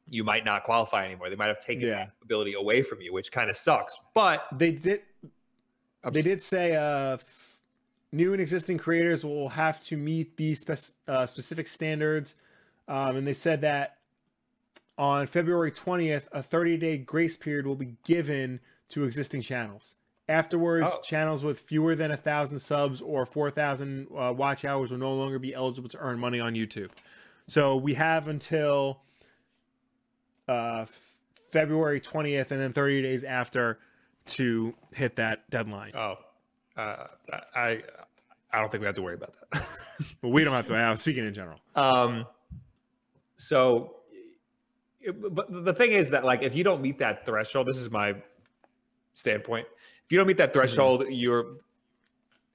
you might not qualify anymore. They might have taken
Yeah.
that ability away from you, which kind of sucks. But
they did.
I'm
They
s-
did say uh, f- new and existing creators will have to meet these spec- uh, specific standards, um, and they said that on February twentieth, a thirty-day grace period will be given to existing channels. Afterwards,
Oh.
channels with fewer than a thousand subs or four thousand uh, watch hours will no longer be eligible to earn money on YouTube. So we have until uh, February 20th, and then 30 days after to hit that deadline.
Oh, uh, I I don't think we have to worry about that.
But we don't have to. I'm speaking in general.
Um, so, it- but the thing is that like if you don't meet that threshold, this is my standpoint. If you don't meet that
Mm-hmm.
threshold, you're,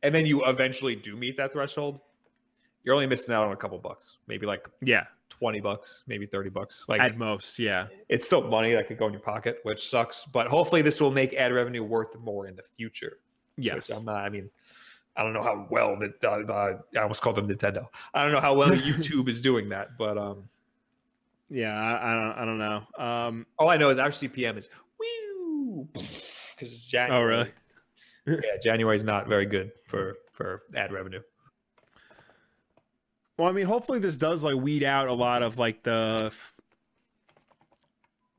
and then you eventually do meet that threshold, you're only missing out on a couple bucks, maybe like
Yeah,
twenty bucks, maybe thirty bucks. Like
at most. Yeah,
it's still money that could go in your pocket, which sucks. But hopefully, this will make ad revenue worth more in the future.
yes.
Which I'm not. I mean, I don't know how well that uh, uh, I almost called them Nintendo. I don't know how well YouTube is doing that, but um,
Yeah, I, I don't. I don't know. Um,
all I know is our CPM is woo because it's January.
oh, really?
yeah, January is not very good for for ad revenue.
Well, I mean, hopefully this does like weed out a lot of like the, f-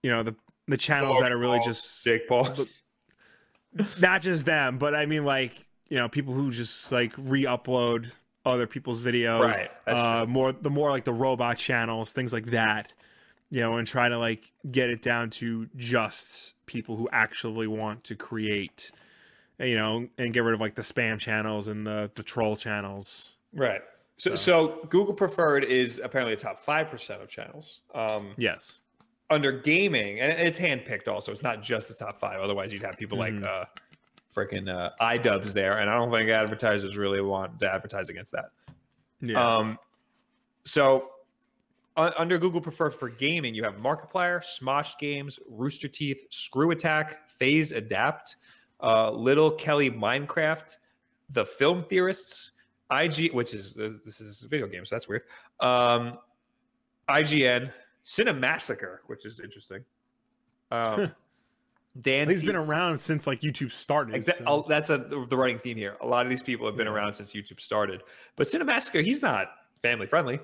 you know, the the channels that are really just
Jake Paul.
not just them, but I mean like you know people who just like re-upload other people's videos,
Right, that's
uh, more the more like the robot channels, things like that, you know, and try to like get it down to just people who actually want to create, you know, and get rid of like the spam channels and the the troll channels.
Right. So, so Google Preferred is apparently the top five percent of channels. Um,
Yes.
under gaming, and it's handpicked also. It's not just the top five. Otherwise, you'd have people
Mhm.
like uh, freaking uh, iDubbbz there, and I don't think advertisers really want to advertise against that.
Yeah.
Um, so un- under Google Preferred for gaming, you have Markiplier, Smosh Games, Rooster Teeth, Screw Attack, Phase Adapt, uh, Little Kelly Minecraft, The Film Theorists, IG, which is uh, this is a video game, so that's weird. Um, IGN, Cinemassacre, which is interesting. Um, Dan,
He's
T-
been around since like YouTube started.
Exa-
so-
oh, that's a, the running theme here. A lot of these people have been
Yeah.
around since YouTube started, but Cinemassacre, he's not family friendly.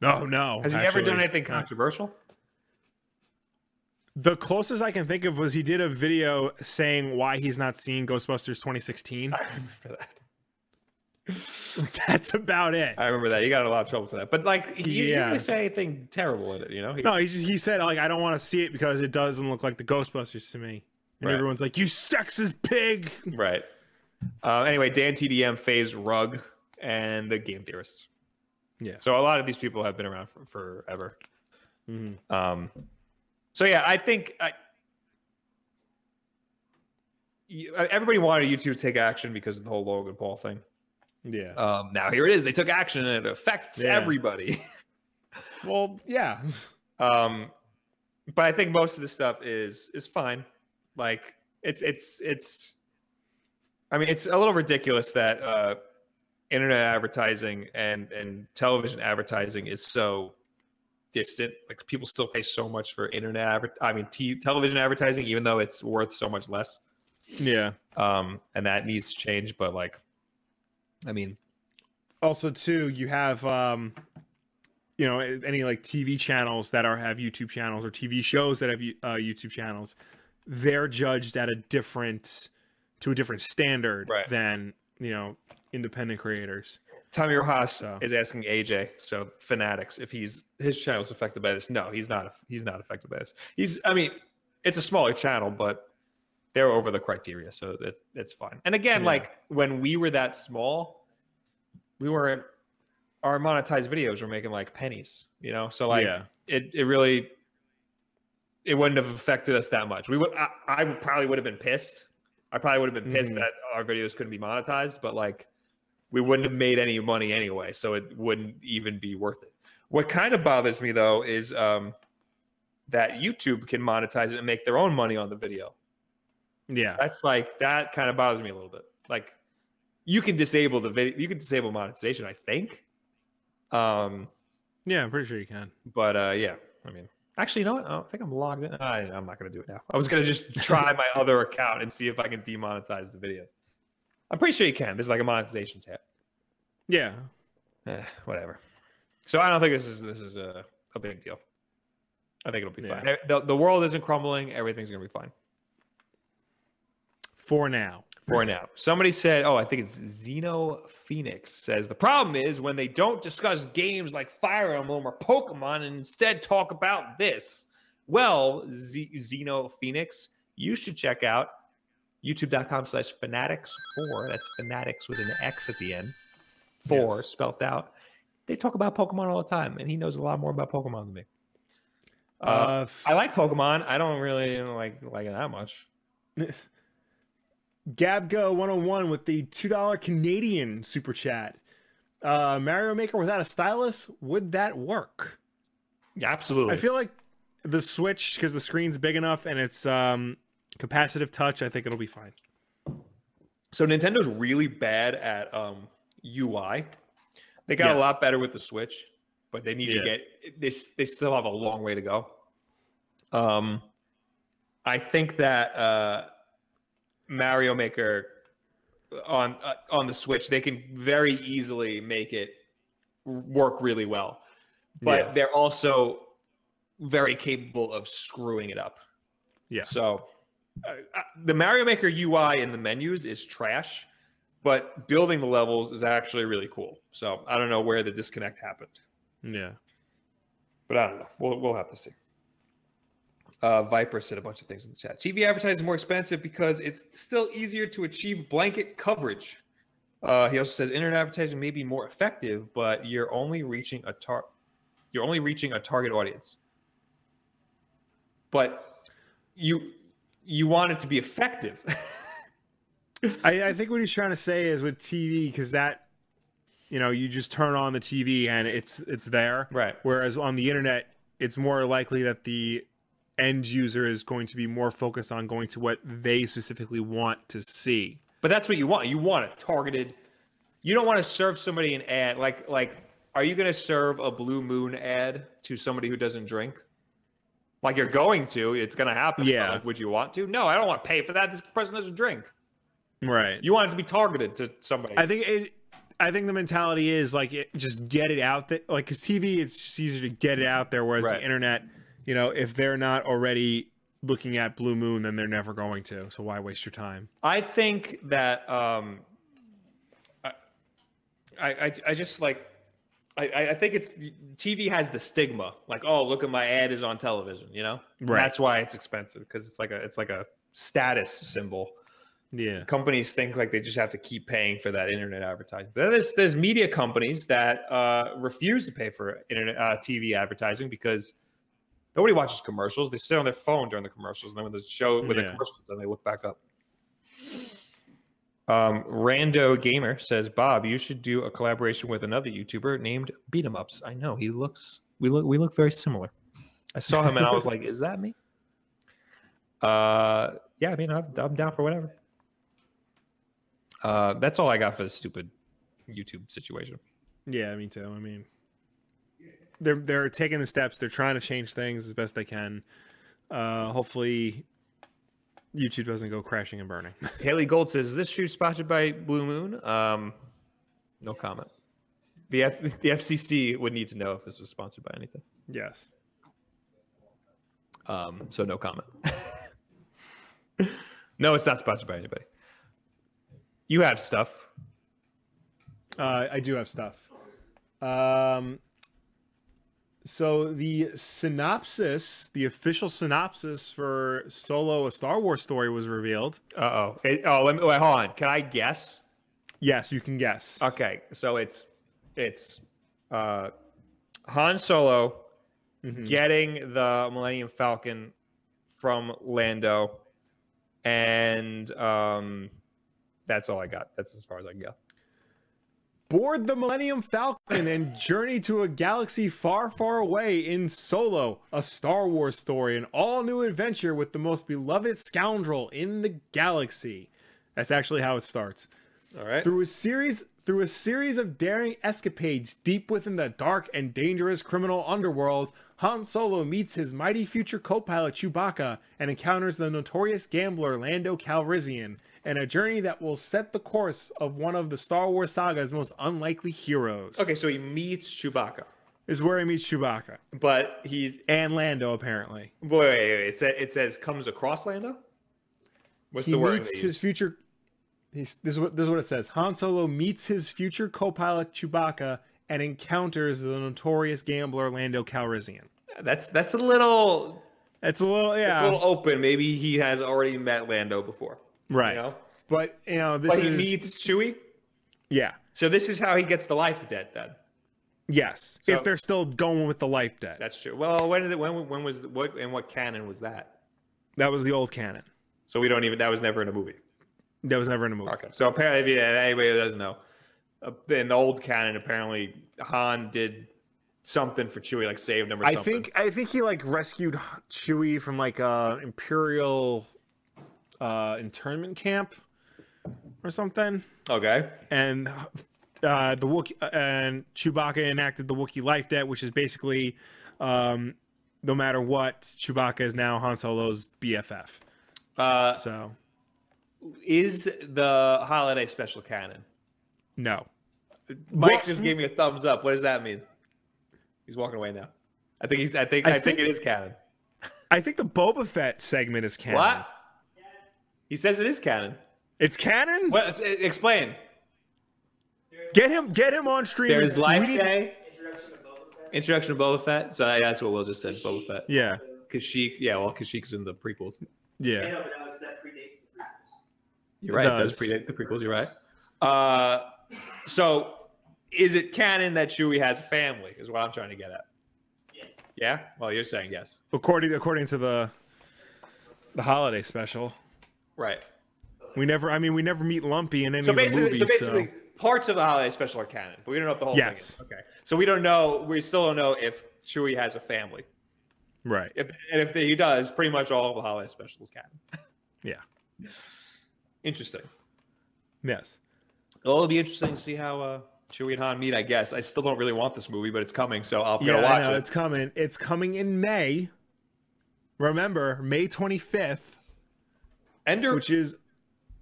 No, Oh, no.
Has he ever done
actually.
anything
Uh,
controversial?
The closest I can think of was he did a video saying why he's not seeing Ghostbusters 2016.
I remember that.
That's about it.
I remember that. He got in a lot of trouble for that. But like, he, he didn't
Yeah.
really say anything terrible in it. You know, he,
No, he just he said like I don't want to see it because it doesn't look like the Ghostbusters to me. And
Right.
everyone's like, "You sexist pig!"
right? Uh, anyway, Dan TDM, Phase Rug, and the Game Theorists.
Yeah.
So a lot of these people have been around for, forever. Um, so yeah, I think I, you- uh, everybody wanted YouTube to take action because of the whole Logan Paul thing.
Yeah.
Um, now here it is. They took action and it affects
Yeah.
everybody.
well, yeah.
Um, but I think most of the stuff is is fine. Like it's it's it's. I mean, it's a little ridiculous that uh, internet advertising and and television advertising is so distant. Like people still pay so much for internet. Adver- I mean, t- television advertising, even though it's worth so much less.
Yeah.
Um, and that needs to change. But like, I mean,
Also, too, you have um, you know, any like TV channels that are have YouTube channels or TV shows that have uh, YouTube channels, they're judged at a different to a different standard
Right.
than you know independent creators.
Tommy Rojas
So-
is asking AJ, so Fanatics, if he's his channel's affected by this. No, he's not. He's not affected by this. He's. I mean, it's a smaller channel, but they're over the criteria, so it's it's fine. And again,
Yeah.
like when we were that small, we weren't. Our monetized videos were making like pennies, you know. So like
yeah.
it it really it wouldn't have affected us that much. We would I, I would- probably would have been pissed. I probably would have been pissed
Mhm.
that our videos couldn't be monetized, but like we wouldn't have made any money anyway, so it wouldn't even be worth it. What kind of bothers me though is um that YouTube can monetize it and make their own money on the video.
Yeah.
That's like that kind of bothers me a little bit. Like you can disable the video you can disable monetization, I think. Um
Yeah, I'm pretty sure you can.
but uh, yeah, I mean, actually, you know what? I don't think I'm logged in. I, I'm not gonna do it now. I was gonna just try my other account and see if I can demonetize the video. I'm pretty sure you can. There's like a monetization tab.
Yeah.
Eh, whatever. So I don't think this is this is a, a big deal. I think it'll be
Yeah.
fine. The, the world isn't crumbling. Everything's gonna be fine.
For now.
for now. Somebody said, oh, I think it's Xeno Phoenix says the problem is when they don't discuss games like Fire Emblem or Pokemon and instead talk about this. Well, Z- Xeno Phoenix, you should check out youtube.com slash fanatics4. That's fanatics with an X at the end. Four
Yes.
spelt out. They talk about Pokemon all the time, and he knows a lot more about Pokemon than me.
Uh,
Uh,
f-
I like Pokemon. I don't really like like it that much.
Gabgo 101 with the $2 Canadian super chat. Uh, Mario Maker without a stylus, would that work?
Yeah, absolutely.
I feel like the Switch, because the screen's big enough and it's um, capacitive touch, I think it'll be fine.
so Nintendo's really bad at um, UI. They got a
Yes.
lot better with the Switch, but they need to
Yeah.
get they they still have a long way to go. Um, I think that uh, Mario Maker on uh, on the Switch they can very easily make it work really well, but
Yeah.
they're also very capable of screwing it up.
Yeah.
So uh, uh, the Mario Maker UI in the menus is trash, but building the levels is actually really cool. So I don't know where the disconnect happened,
yeah.
but I don't know. We'll, we'll have to see. Uh, Viper said a bunch of things in the chat. TV advertising is more expensive because it's still easier to achieve blanket coverage. Uh, he also says internet advertising may be more effective, but you're only reaching a tar- you're only reaching a target audience. But you you want it to be effective.
I, I think what he's trying to say is with TV, because that, you know, you just turn on the TV and it's it's there.
right.
Whereas on the internet, it's more likely that the end user is going to be more focused on going to what they specifically want to see.
But that's what you want. You want it targeted. You don't want to serve somebody an ad like like are you going to serve a blue moon ad to somebody who doesn't drink? Like you're going to, it's going to happen. but,
Yeah.
Like, would you want to? No, I don't want to pay for that. This person doesn't drink.
Right.
You want it to be targeted to somebody.
I think it. I think the mentality is like it, just get it out there. Like because TV, it's just easier to get it out there. Whereas
Right.
the internet, you know, if they're not already looking at Blue Moon, then they're never going to. So why waste your time?
I think that um, I, I I just like I- I I think it's TV has the stigma like oh look at my ad is on television you know And
Right.
that's why it's expensive because it's like a it's like a status symbol
Yeah.
companies think like they just have to keep paying for that internet advertising but there's there's media companies that uh, refuse to pay for internet uh, TV advertising because nobody watches commercials they sit on their phone during the commercials and then when the show when the
Yeah.
commercials then they look back up um, Rando Gamer says, Bob, you should do a collaboration with another YouTuber named Beat 'em Ups. I know he looks we look we look very similar. I saw him and I was like, is that me? Uh, yeah, I mean, I'm, I'm down for whatever. Uh, that's all I got for this stupid YouTube situation.
Yeah, me too. I mean, they're they're taking the steps. They're trying to change things as best they can. Uh, hopefully, YouTube doesn't go crashing and burning.
Haley Gold says, "Is this shoe sponsored by Blue Moon?" Um, no comment. The F- the FCC would need to know if this was sponsored by anything.
yes.
Um, so no comment. no, it's not sponsored by anybody. You have stuff.
Uh, I do have stuff. Um, so the synopsis, the official synopsis for Solo: A Star Wars Story was revealed.
Uh oh. Oh, let me wait. Hold on. Can I guess?
Yes, you can guess.
Okay, so it's it's uh, Han Solo Hmm.
Mhm.
getting the Millennium Falcon from Lando, and um, that's all I got. That's as far as I can go.
Board the Millennium Falcon and journey to a galaxy far, far away in Solo, a Star Wars story, an all new adventure with the most beloved scoundrel in the galaxy. That's actually how it starts.
All right.
Through a series through a series of daring escapades deep within the dark and dangerous criminal underworld, Han Solo meets his mighty future co-pilot Chewbacca and encounters the notorious gambler Lando Calrissian in a journey that will set the course of one of the Star Wars saga's most unlikely heroes.
Okay, so he meets Chewbacca,
This is where he meets Chewbacca
but he's
and Lando apparently.
wait. wait, wait, it says it says comes across Lando. What's
he
the word?
meets
they
his
use?
future He's, this is what this is what it says. Han Solo meets his future co-pilot Chewbacca and encounters the notorious gambler Lando Calrissian.
That's that's a little
It's a little yeah,
it's a little open. Maybe he has already met Lando before.
right.
You know?
But you know this
But he
is
meets Chewie.
yeah
So this is how he gets the life debt then.
yes.
So-
if they're still going with the life debt, that,
That's true. Well, when did it, when when was what and what canon was that?
was the old canon.
So we don't even that was never in a movie.
That was never in a movie.
Okay. So apparently, if you, anybody who doesn't know, uh, in the old canon, apparently Han did something for Chewie, like saved him or
I
something.
think I think he like rescued Chewie from like a imperial uh internment camp or something.
Okay.
and uh, the Wookie and Chewbacca enacted the Wookiee life debt, which is basically, um, no matter what, Chewbacca is now Han Solo's BFF.
Uh,
So
is the holiday special canon?
no,
Mike
Well-
just gave me a thumbs up. What does that mean? He's walking away now. I think he's. I think. I,
I
think,
think-
it is canon.
I think the Boba Fett segment is canon.
What? He says it is canon.
It's canon.
What? s- e, Explain.
Get him, get him on stream.
There's
Do we
Life
need-
Day. Introduction to Boba Fett. So that's what Will just said. Boba Fett.
Yeah,
Kashyyyk. Yeah. Well, Kashyyyk's in the prequels.
yeah.
but that, was, that predates the prequels.
You're
It
right. That's
does.
predate the prequels. You're right. Uh, so, is it canon that Chewie has a family? Is what I'm trying to get at.
Yeah.
Yeah. Well, you're saying yes.
According according to the the holiday special,
Right.
we never. I mean, we never meet Lumpy in any
So
of the
basically,
movies.
so basically, parts of the holiday special are canon, but we don't know if the whole
Yes.
thing is. Okay. So we don't know. We still don't know if Chewie has a family.
right.
If, and if he does, pretty much all of the holiday special is canon.
Yeah.
Interesting.
Yes.
Well, it'll be interesting to see how uh, Chewie and Han meet. I guess I still don't really want this movie, but it's coming, so I'm
Yeah,
gonna
I
watch
know,
it.
It's coming. It's coming in May. Remember, May 25th,
Ender.
which is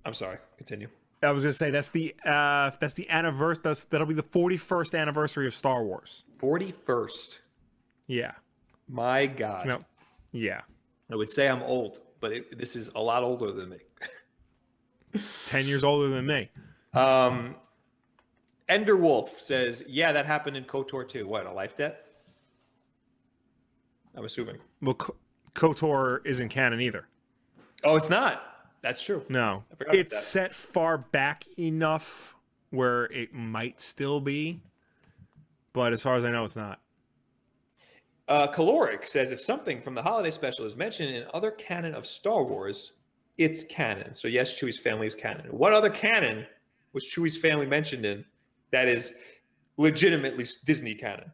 I'm sorry. Continue.
I was gonna say that's the uh that's the anniversary that's that'll be the 41st anniversary of Star Wars.
41st.
Yeah.
My God.
No. Yeah.
I would say I'm old, but it, this is a lot older than me.
It's 10 years older than me.
Um, Ender Wolf says, yeah, that happened in KOTOR too. What, a life debt? I'm assuming.
Well, K- KOTOR isn't canon either.
Oh, it's not. That's true.
No.
I forgot about
It's
that.
set far back enough where it might still be, but as far as I know it's not.
Uh, Caloric says, if something from the holiday special is mentioned in other canon of Star Wars, it's canon. So, yes, Chewie's family is canon. What other canon was Chewie's family mentioned in that is legitimately Disney canon?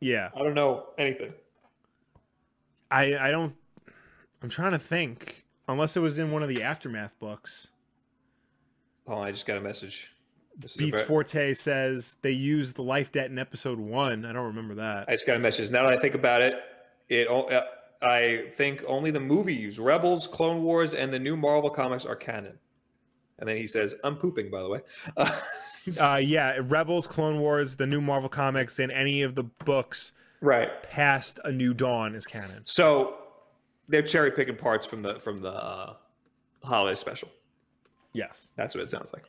Yeah.
I don't know anything.
I I don't. I'm trying to think. Unless it was in one of the aftermath books.
Hold on, I just got a message. This is a
Beats
ver-
Forte says they used the life debt in episode one. I don't remember
I
that.
just got a message. Now that I think about it, it o- uh, I think only the movies, Rebels, Clone Wars, and the new Marvel comics are canon. And then he says, "I'm pooping." By the way, uh,
Uh, yeah, Rebels, Clone Wars, the new Marvel comics, and any of the books
right.
past A New Dawn is canon.
So they're cherry picking parts from the from the uh, holiday special.
Yes.
That's what it sounds like.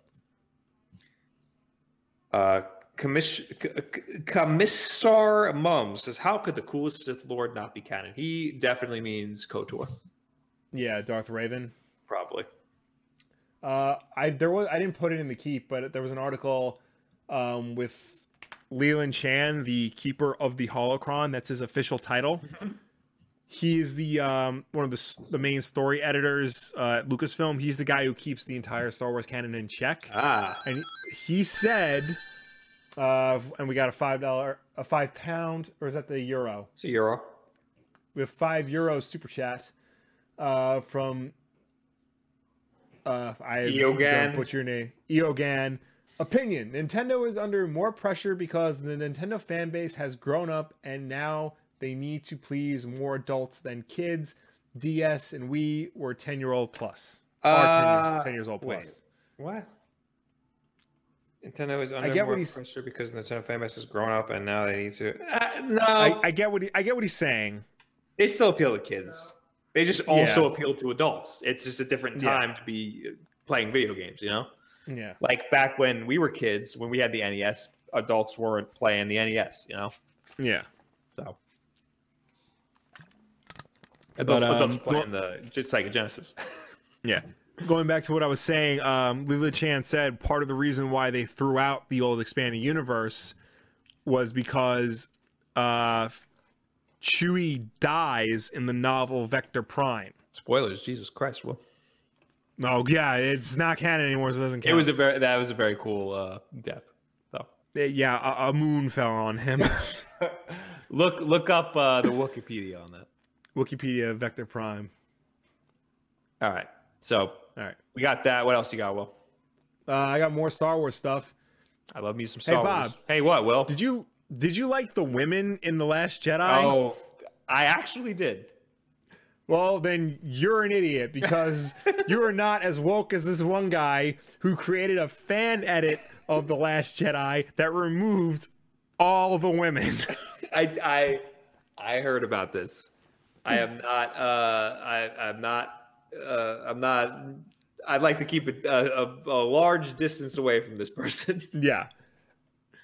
Uh, commiss- c- uh, c- Commissar Mum says, "How could the coolest Sith Lord not be canon?" He definitely means Kotor,
Yeah, Darth Raven.
probably.
Uh, I there was I didn't put it in the keep, but there was an article um, with Leland Chan, the keeper of the Holocron. That's his official title. he is the um, one of the s- the main story editors uh, at Lucasfilm. He's the guy who keeps the entire Star Wars canon in check.
Ah,
And he said, uh, and we got a five dollar, a five pound, or is that the euro?
it's a euro.
We have five euro super chat uh, from uh, I
Eogan.
don't butcher your name Eogan. Opinion: Nintendo is under more pressure because the Nintendo fan base has grown up, and now they need to please more adults than kids. DS and we were ten year old plus, are 10
Uh,
year- 10 years old
wait.
plus.
What? Nintendo is under
get
more
what he's-
pressure because Nintendo fan base has grown up and now they need to. Uh, no,
I, I get what he, I get what he's saying.
they still appeal to kids. They just also
Yeah.
appeal to adults. It's just a different
Yeah.
time to be playing video games, you know.
Yeah.
like back when we were kids, when we had the NES, adults weren't playing the NES, you know.
Yeah.
So adults,
But,
adults
um,
playing the just like Genesis.
Yeah. Going back to what I was saying, um, Leela Chan said part of the reason why they threw out the old expanded universe was because uh, Chewie dies in the novel Vector Prime.
Spoilers, Jesus Christ! Well,
Oh yeah, it's not canon anymore, so it doesn't count.
it was a very that was a very cool uh, death. So
Uh, yeah, a, a moon fell on him.
look look up uh, the Wikipedia on that.
Wikipedia Vector Prime.
All right, so
All right,
we got that. What else you got, Will?
uh, I got more Star Wars stuff.
I love me some Star Wars.
Bob.
Hey, what, Will?
Did you did you like the women in the Last Jedi?
oh, I actually did.
Well, then you're an idiot because you are not as woke as this one guy who created a fan edit of The Last Jedi that removed all the women.
I I I heard about this. I
Hmm.
am not. Uh, I I'm not. Uh, I'm not. I'd like to keep a, a, a large distance away from this person.
yeah.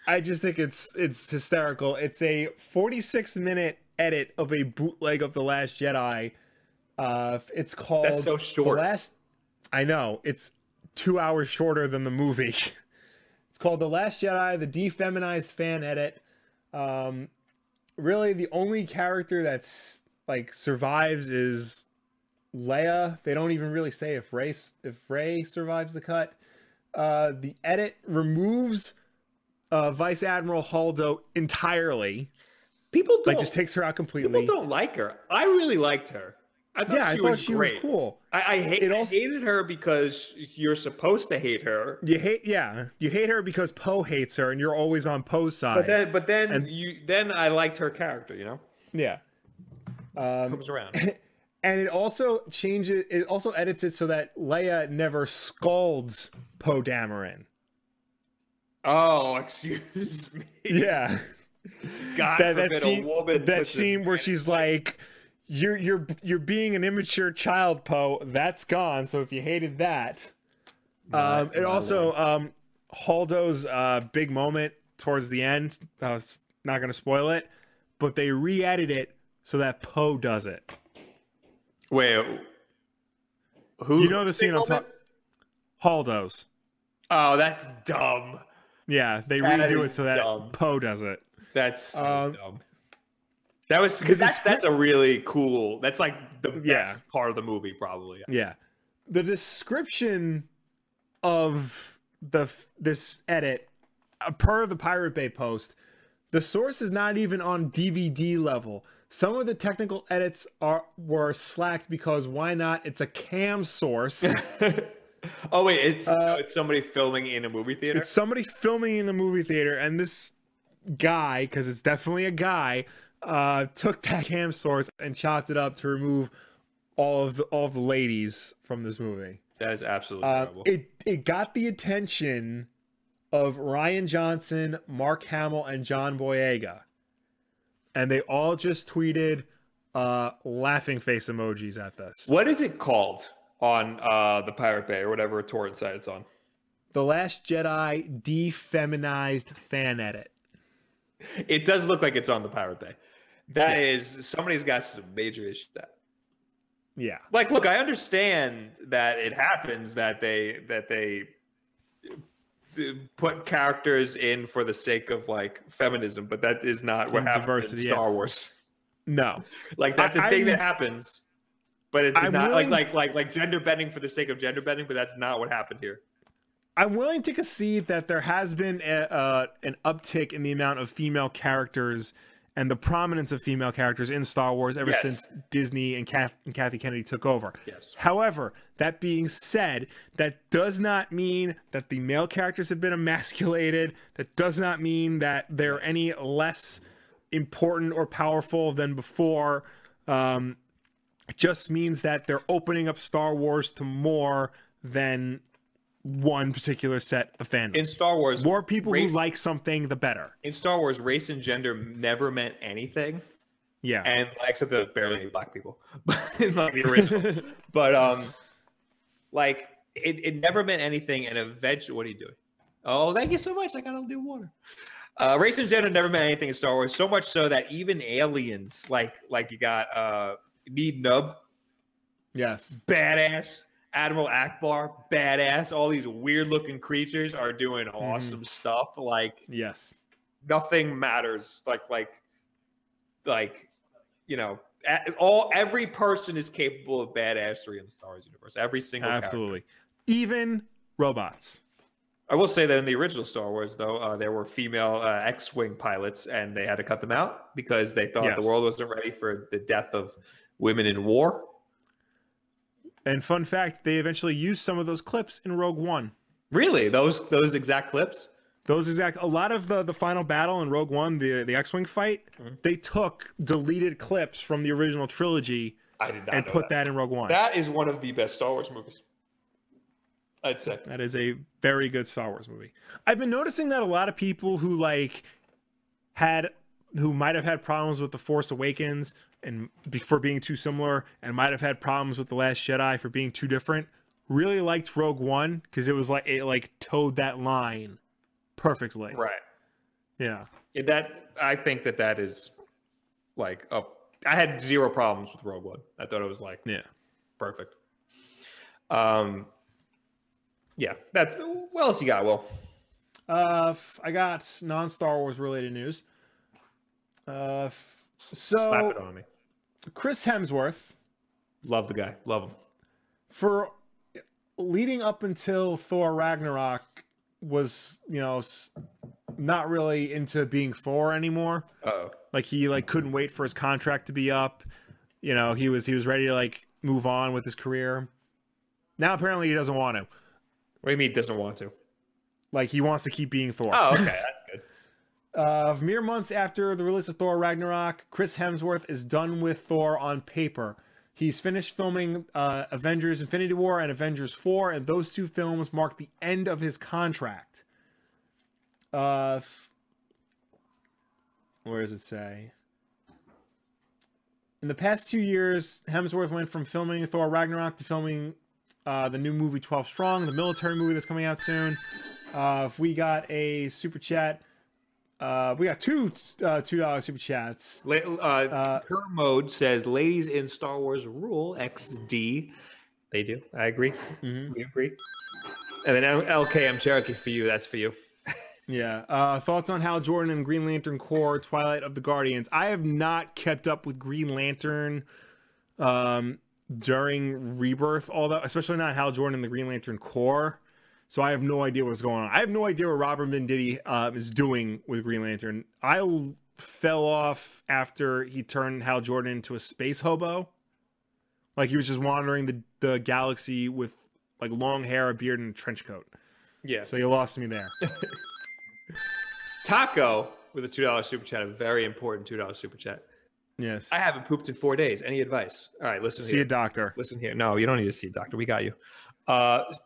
I just think it's it's hysterical. It's a 46 minute edit of a bootleg of The Last Jedi. Uh, it's called
so short.
The Last I know. It's 2 hours shorter than the movie. it's called The Last Jedi: The Defeminized Fan Edit. Um, really the only character that's like survives is Leia. They don't even really say if Ray if Ray survives the cut. Uh, the edit removes uh, Vice Admiral Haldo entirely.
People don't.
Like just takes her out completely.
Oh, people don't like her. I really liked her. I thought
yeah, I
she
thought
was
she
great.
was cool.
I, I hate.
It
I
also-
hated her because you're supposed to hate her.
You hate yeah, you hate her because Poe hates her, and you're always on Poe's side.
But then, but then
And-
you then I liked her character. You know,
yeah. Um,
comes around.
And it also changes. It also edits it so that Leia never scolds Poe Dameron.
oh, excuse me.
Yeah,
God
that that
forbid
scene,
a woman.
that
puts a
scene where
man-
she's like, "You're you're you're being an immature child, Poe. That's gone. So if you hated that, um, it
my
also um, Haldo's uh, big moment towards the end. Uh, it's not gonna spoil it, but they re-edit it so that Poe does it.
Wait, who?
You know the scene I'm
Big
talking. Haldo's.
Oh, that's dumb.
Yeah, they
That
redo
is
it so that
dumb.
Poe does it.
That's so
Um,
dumb. That was because
the
that's that's a really cool. That's like the best
Yeah.
part of the movie, probably.
Yeah. The description of the f- this edit, uh, per the Pirate Bay post, the source is not even on DVD level. Some of the technical edits are were slacked because why not? It's a cam source.
oh wait, it's
Uh,
it's somebody filming in a movie theater.
it's somebody filming in the movie theater, and this guy, because it's definitely a guy, uh, took that cam source and chopped it up to remove all of the all of the ladies from this movie.
That is absolutely
Uh,
terrible.
it it got the attention of Ryan Johnson, Mark Hamill, and John Boyega, and they all just tweeted uh, laughing face emojis at this.
what is it called on uh the Pirate Bay or whatever torrent site it's on?
The Last Jedi defeminized fan edit.
It does look like it's on the Pirate Bay. That is- somebody's got some major issue with that.
Yeah,
like look i understand that it happens that they that they uh, put characters in for the sake of like feminism but that is not what
And
happens
diversity,
in
yeah.
star wars
no,
like that's a
I-
thing that
I'm-
happens but it's
I'm
not
willing-
like like like like gender bending for the sake of gender bending but that's not what happened here
I'm willing to concede that there has been a, uh, an uptick in the amount of female characters and the prominence of female characters in Star Wars ever
Yes.
since Disney and, Kath- and Kathy Kennedy took over.
Yes.
However, that being said, that does not mean that the male characters have been emasculated. That does not mean that they're any less important or powerful than before. Um, it just means that they're opening up Star Wars to more than one particular set of fandom.
in star wars
more people
race,
who like something, the better.
in star wars race and gender never meant anything
Yeah.
and like, except there's barely any black people in like the original. but um, like it, it never meant anything. And eventually, what are you doing? Oh, thank you so much. I got a new water. Uh, race in general never meant anything in Star Wars. So much so that even aliens, like like you got uh, Need Nub,
Yes.
badass. Admiral Akbar, badass. All these weird looking creatures are doing awesome stuff. Like
Yes.
nothing matters like like like you know a- all every person is capable of badassery in the star wars universe every single Absolutely.
Absolutely. Even robots.
i will say that in the original star wars though uh, there were female uh, x-wing pilots and they had to cut them out because they thought
Yes.
the world wasn't ready for the death of women in war
And fun fact, they eventually used some of those clips in Rogue One.
really those those exact clips
Those exact a lot of the the final battle in Rogue One, the the X-wing fight,
Mm-hmm.
they took deleted clips from the original trilogy
i did not
and
know
put that. in Rogue One.
that is one of the best star wars movies i'd say
That is a very good Star Wars movie. I've been noticing that a lot of people who like had who might have had problems with the Force Awakens and be, for being too similar, and might have had problems with the Last Jedi for being too different, really liked Rogue One because it was like it like towed that line perfectly.
right
Yeah.
Yeah, that I think that that is like up. I had zero problems with Rogue One. I thought it was like
Yeah.
perfect. Um, yeah, that's what else you got, Will?
Uh, f- I got non Star Wars related news. Uh, f-
Slap it
so
on me.
Chris Hemsworth
Love the guy. Love him.
for leading up until Thor Ragnarok was, you know, s- not really into being Thor anymore.
Oh,
Like he like couldn't wait for his contract to be up. You know, he was he was ready to like move on with his career. Now apparently he doesn't want to.
what do you mean doesn't want to?
Like he wants to keep being Thor.
Oh, okay, that's good.
Uh, mere months after the release of Thor Ragnarok, Chris Hemsworth is done with Thor on paper. He's finished filming uh, Avengers Infinity War and Avengers 4, and those two films mark the end of his contract. Uh, f- where does it say? In the past two years, Hemsworth went from filming Thor Ragnarok to filming uh, the new movie 12 Strong, the military movie that's coming out soon. Uh, if we got a super chat. Uh, we got two uh, two dollar super chats.
La- Uh, Kerr mode says, "Ladies in Star Wars rule XD." They do. I agree.
mm-hmm.
We agree. And then L- LKM Cherokee for you. That's for you.
Yeah. Uh, thoughts on Hal Jordan and Green Lantern Corps, Twilight of the Guardians. I have not kept up with Green Lantern um, during Rebirth, all that, especially not Hal Jordan and the Green Lantern Corps. So I have no idea what's going on. I have no idea what Robert Venditti um, is doing with Green Lantern. I l- fell off after he turned Hal Jordan into a space hobo. Like he was just wandering the, the galaxy with like long hair, a beard, and a trench coat.
Yeah.
So you lost me there.
Taco with a two dollar super chat, a very important two dollar super chat.
Yes.
I haven't pooped in four days. Any advice? All right, listen
see
here.
a doctor.
listen here. No, you don't need to see a doctor. We got you. Uh, s-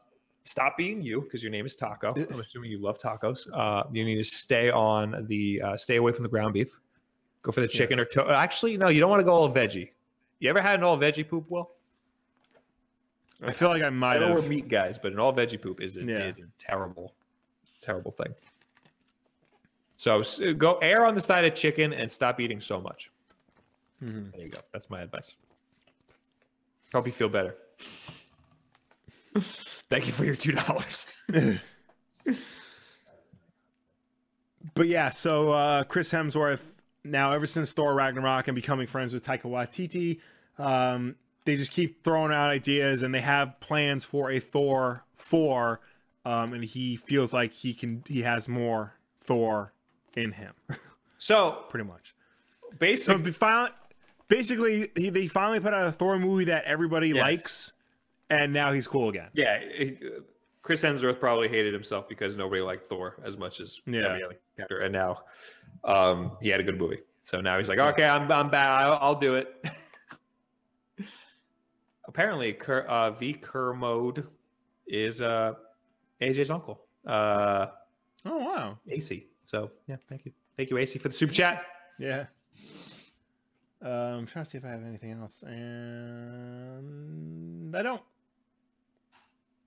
stop being you because your name is Taco. I'm assuming you love tacos. Uh, you need to stay on the uh, stay away from the ground beef. Go for the chicken or to- actually no, you don't want to go all veggie. You ever had an all veggie poop? Will?
I feel like I
I
might
know we're
have.
meat guys, but an all veggie poop is a,
Yeah.
is a terrible, terrible thing. So s- go err on the side of chicken and stop eating so much. There you go. That's my advice. Hope you feel better. Thank you for your two dollars.
But yeah, so uh, Chris Hemsworth now ever since Thor Ragnarok and becoming friends with Taika Waititi, um, they just keep throwing out ideas and they have plans for a Thor four, um, and he feels like he can he has more Thor in him,
so
pretty much. So
basically,
be- fi- basically, he, they finally put out a Thor movie that everybody likes, and now he's cool again.
yeah, it- uh, Chris Hemsworth probably hated himself because nobody liked Thor as much as
Yeah.
every other character, and now um, he had a good movie. So now he's like, okay, I'm I'm back. I'll, I'll do it. Apparently, Ker, uh, V Kermode is uh, AJ's uncle. Uh,
Oh wow,
AC. So yeah, thank you, thank you, AC, for the super chat.
Yeah. Um, I'm trying to see if I have anything else, and I don't.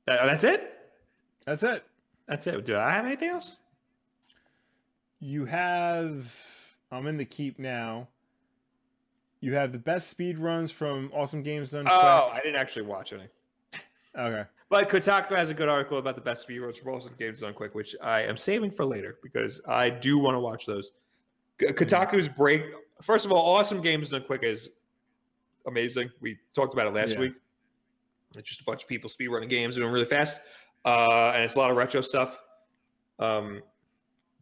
That- that's it.
That's it.
That's it. Do I have anything else?
You have. I'm in the keep now. You have the best speed runs from Awesome Games Done
Oh, I didn't actually watch any.
Quick. Okay.
But Kotaku has a good article about the best speed runs for Boston Games Done Quick, which I am saving for later because I do want to watch those. K- Kotaku's break. First of all, Awesome Games Done Quick is amazing. We talked about it last
Yeah.
week. It's just a bunch of people speedrunning games, doing really fast, uh, and it's a lot of retro stuff. Um,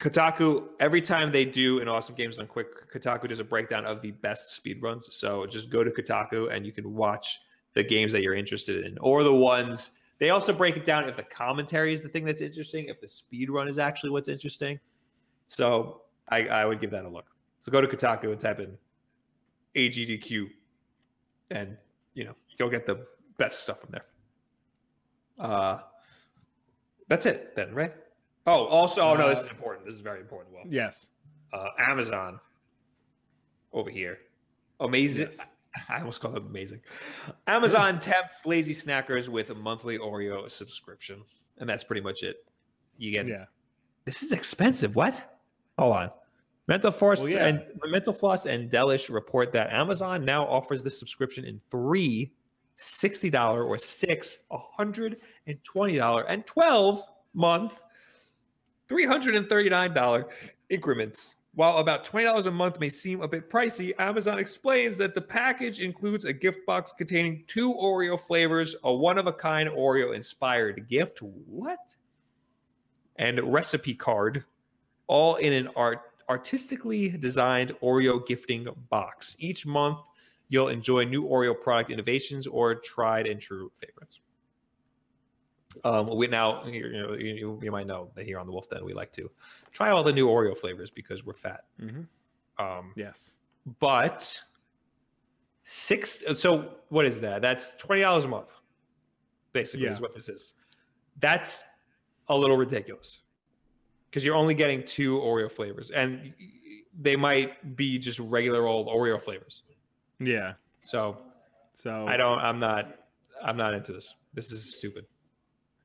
Kotaku, every time they do an Awesome Games Done Quick, Kotaku does a breakdown of the best speedruns. So just go to Kotaku and you can watch the games that you're interested in or the ones they also break it down if the commentary is the thing that's interesting, if the speed run is actually what's interesting. So I, I would give that a look. So go to Kotaku and type in AGDQ, and you know you'll get the best stuff from there. Uh, that's it then, right? Oh, also, oh no, this is important. This is very important. Well,
Yes.
uh, Amazon over here. Amazing.
Yes.
I almost called them amazing. Amazon tempts lazy snackers with a monthly Oreo subscription. And that's pretty much it. You get
Yeah.
this is expensive. What? Hold on. Mental Force
Well, yeah.
and Mental Floss and Delish report that Amazon now offers this subscription in three $60 or six $120 and 12 month $339 increments. While about $20 a month may seem a bit pricey, Amazon explains that the package includes a gift box containing two Oreo flavors, a one of a kind Oreo inspired gift. What? And recipe card, all in an art artistically designed Oreo gifting box. Each month, you'll enjoy new Oreo product innovations or tried and true favorites. Um, we now you, you know you, you might know that here on the Wolf Den we like to try all the new Oreo flavors because we're fat.
Mm-hmm.
Um,
Yes.
but six. So what is that? That's twenty dollars a month, basically, is
Yeah.
what this is. That's a little ridiculous because you're only getting two Oreo flavors, and they might be just regular old Oreo flavors.
Yeah.
So
So
I don't. I'm not. I'm not into this. This is stupid.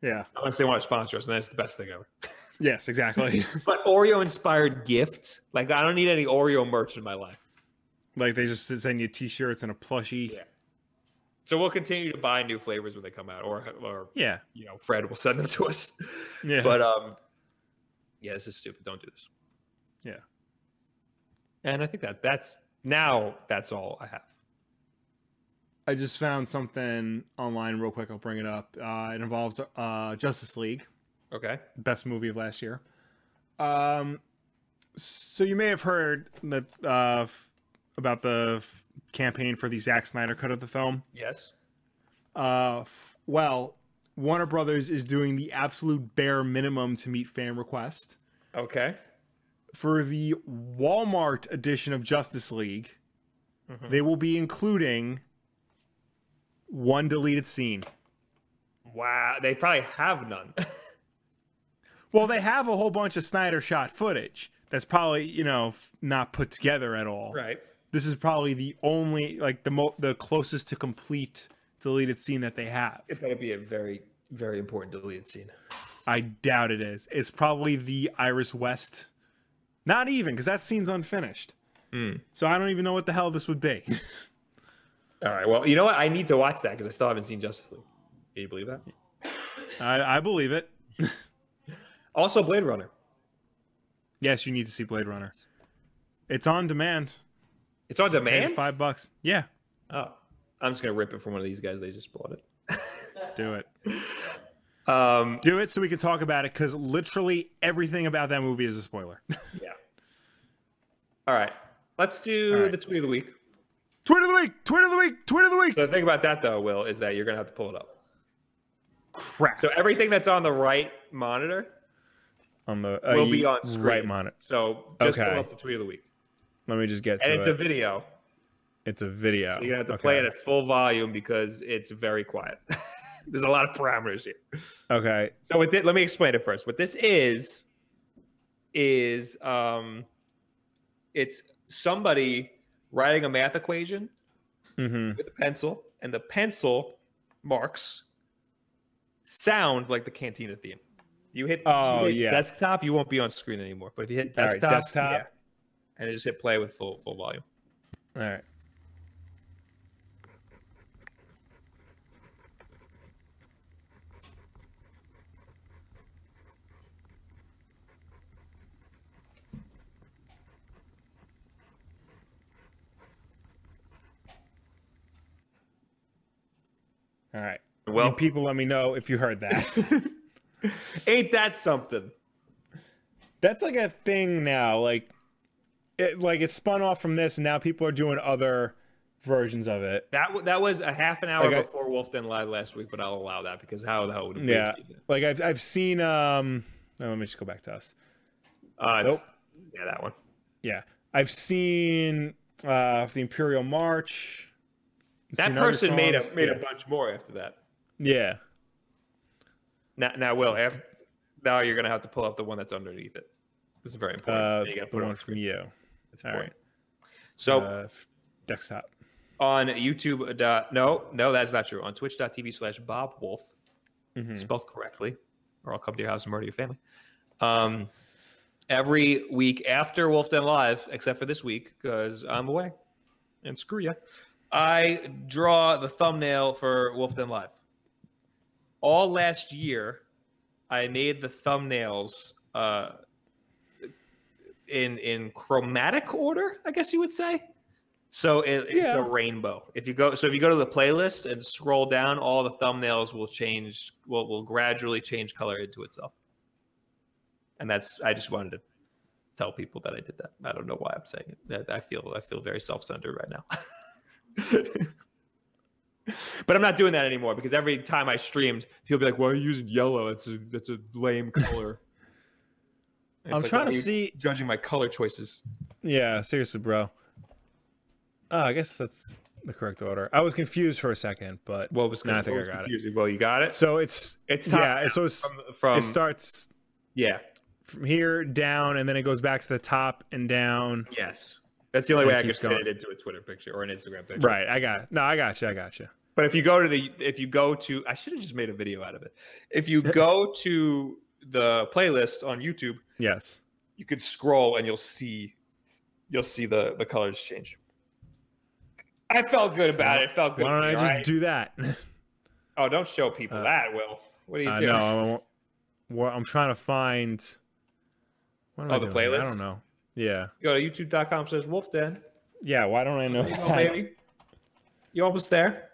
Yeah.
Unless they want to sponsor us, and that's the best thing ever.
Yes. Exactly.
But Oreo inspired gift. Like I don't need any Oreo merch in my life.
like they just send you T-shirts and a plushie.
Yeah. So we'll continue to buy new flavors when they come out, or or
Yeah.
you know, Fred will send them to us.
Yeah.
But um, yeah, this is stupid. Don't do this.
Yeah.
And I think that that's now that's all I have.
I just found something online real quick. I'll bring it up. Uh, it involves uh, Justice League,
Okay.
best movie of last year. Um, so you may have heard that uh, f- about the f- campaign for the Zack Snyder cut of the film.
Yes.
Uh, f- well, Warner Brothers is doing the absolute bare minimum to meet fan request
Okay.
for the Walmart edition of Justice League. They will be including one deleted scene.
Wow. They probably have none.
Well, they have a whole bunch of Snyder shot footage that's probably you know f- not put together at all.
right.
This is probably the only like the mo- the closest to complete deleted scene that they have.
It better be a very very important deleted scene.
I doubt it is. It's probably the Iris West. Not even because that scene's unfinished.
Hmm.
So I don't even know what the hell this would be.
All right. Well, you know what? I need to watch that because I still haven't seen Justice League. Can you believe that?
I, I believe it.
Also, Blade Runner.
Yes, you need to see Blade Runner. It's on demand.
It's on
Pay the
demand.
Five bucks. Yeah,
Oh, I'm just gonna rip it from one of these guys. They just bought it.
do it.
Um,
Do it so we can talk about it because literally everything about that movie is a spoiler.
yeah. All right. Let's do
All right.
the tweet of the week.
Tweet of the week, tweet of the week, tweet of the week.
So the thing about that though, Will, is that you're gonna have to pull it up.
Crap.
So everything that's on the right monitor
on the
will be on screen.
Uh, right monitor.
So just
Okay.
pull up the tweet of the week,
Let me just get
and
to
it's
it.
a video.
it's a video.
So you're gonna have to
okay.
play it at full volume because it's very quiet. There's a lot of parameters here.
Okay.
So with it, let me explain it first. What this is is um, it's somebody writing a math equation
Mm-hmm.
with a pencil, and the pencil marks sound like the Cantina theme. You hit,
Oh,
you hit
yeah.
desktop, you won't be on screen anymore. But if you hit
All right,
desktop,
desktop.
yeah. and then just hit play with full full volume.
All right. All right. Well,
Well,
people, let me know if you heard that.
ain't that something?
That's like a thing now. Like, it like it spun off from this, and now people are doing other versions of it.
That w- that was a half an hour
Like I-
before Wolf Den Live last week, but I'll allow that because how the hell would it be?
Yeah. Like I've I've seen um oh, let me just go back to us.
Uh, it's-
Nope.
Yeah, that one.
Yeah. I've seen uh the Imperial March. I've
That
seen other
person made a
songs.
made
yeah.
a bunch more after that.
Yeah.
Now, now Will, af now you're gonna have to pull up the one that's underneath it. This is very important.
Uh
you
the
gotta put it on
one from
screen.
you.
It's
All
important.
right.
So
uh, f- desktop.
on YouTube, uh, dot, no, no, that's not true. On twitch.tv slash Bob Wolf,
Mhm.
spelled correctly, or I'll come to your house and murder your family. Um, every week after Wolf Den Live, except for this week, because I'm away and screw you, I draw the thumbnail for Wolf Den Live. All last year, I made the thumbnails uh, in in chromatic order, I guess you would say. So it, it's
Yeah.
a rainbow. If you go, so if you go to the playlist and scroll down, all the thumbnails will change. Will will gradually change color into itself. And that's I just wanted to tell people that I did that. I don't know why I'm saying it. That- I feel I feel very self-centered right now. but I'm not doing that anymore because every time I streamed, people be like, "Why are you using yellow? That's a that's a lame color." And it's
I'm
like,
trying
why
to
are you
see
judging my color choices.
Yeah, seriously, bro. Oh, I guess that's the correct order. I was confused for a second, but
What was
No, I
what
think I
was
got it.
confusing? Well, you got it.
so it's
It's top
yeah, so um, it's,
from, from
it starts
yeah,
from here down and then it goes back to the top and down.
yes. That's the only way
It
I could
keeps
fit
going.
it into a Twitter picture or an Instagram picture.
Right, I got no, I got you, I got you.
But if you go to the, if you go to, I should have just made a video out of it. If you
Yeah.
go to the playlist on YouTube,
Yes.
you could scroll and you'll see, you'll see the the colors change. I felt good about it. It felt good.
Why don't
to
I
me,
just
alright?
do that?
Oh, don't show people
Uh,
that, Will. What do you
I
do?
know. I won't- well, I'm trying to find. What am
Oh,
I
the
doing here? I
playlist?
don't know. Yeah.
Go to youtube.com slash wolf den.
Yeah. Why don't I know?
You
that?
know, baby. You almost there.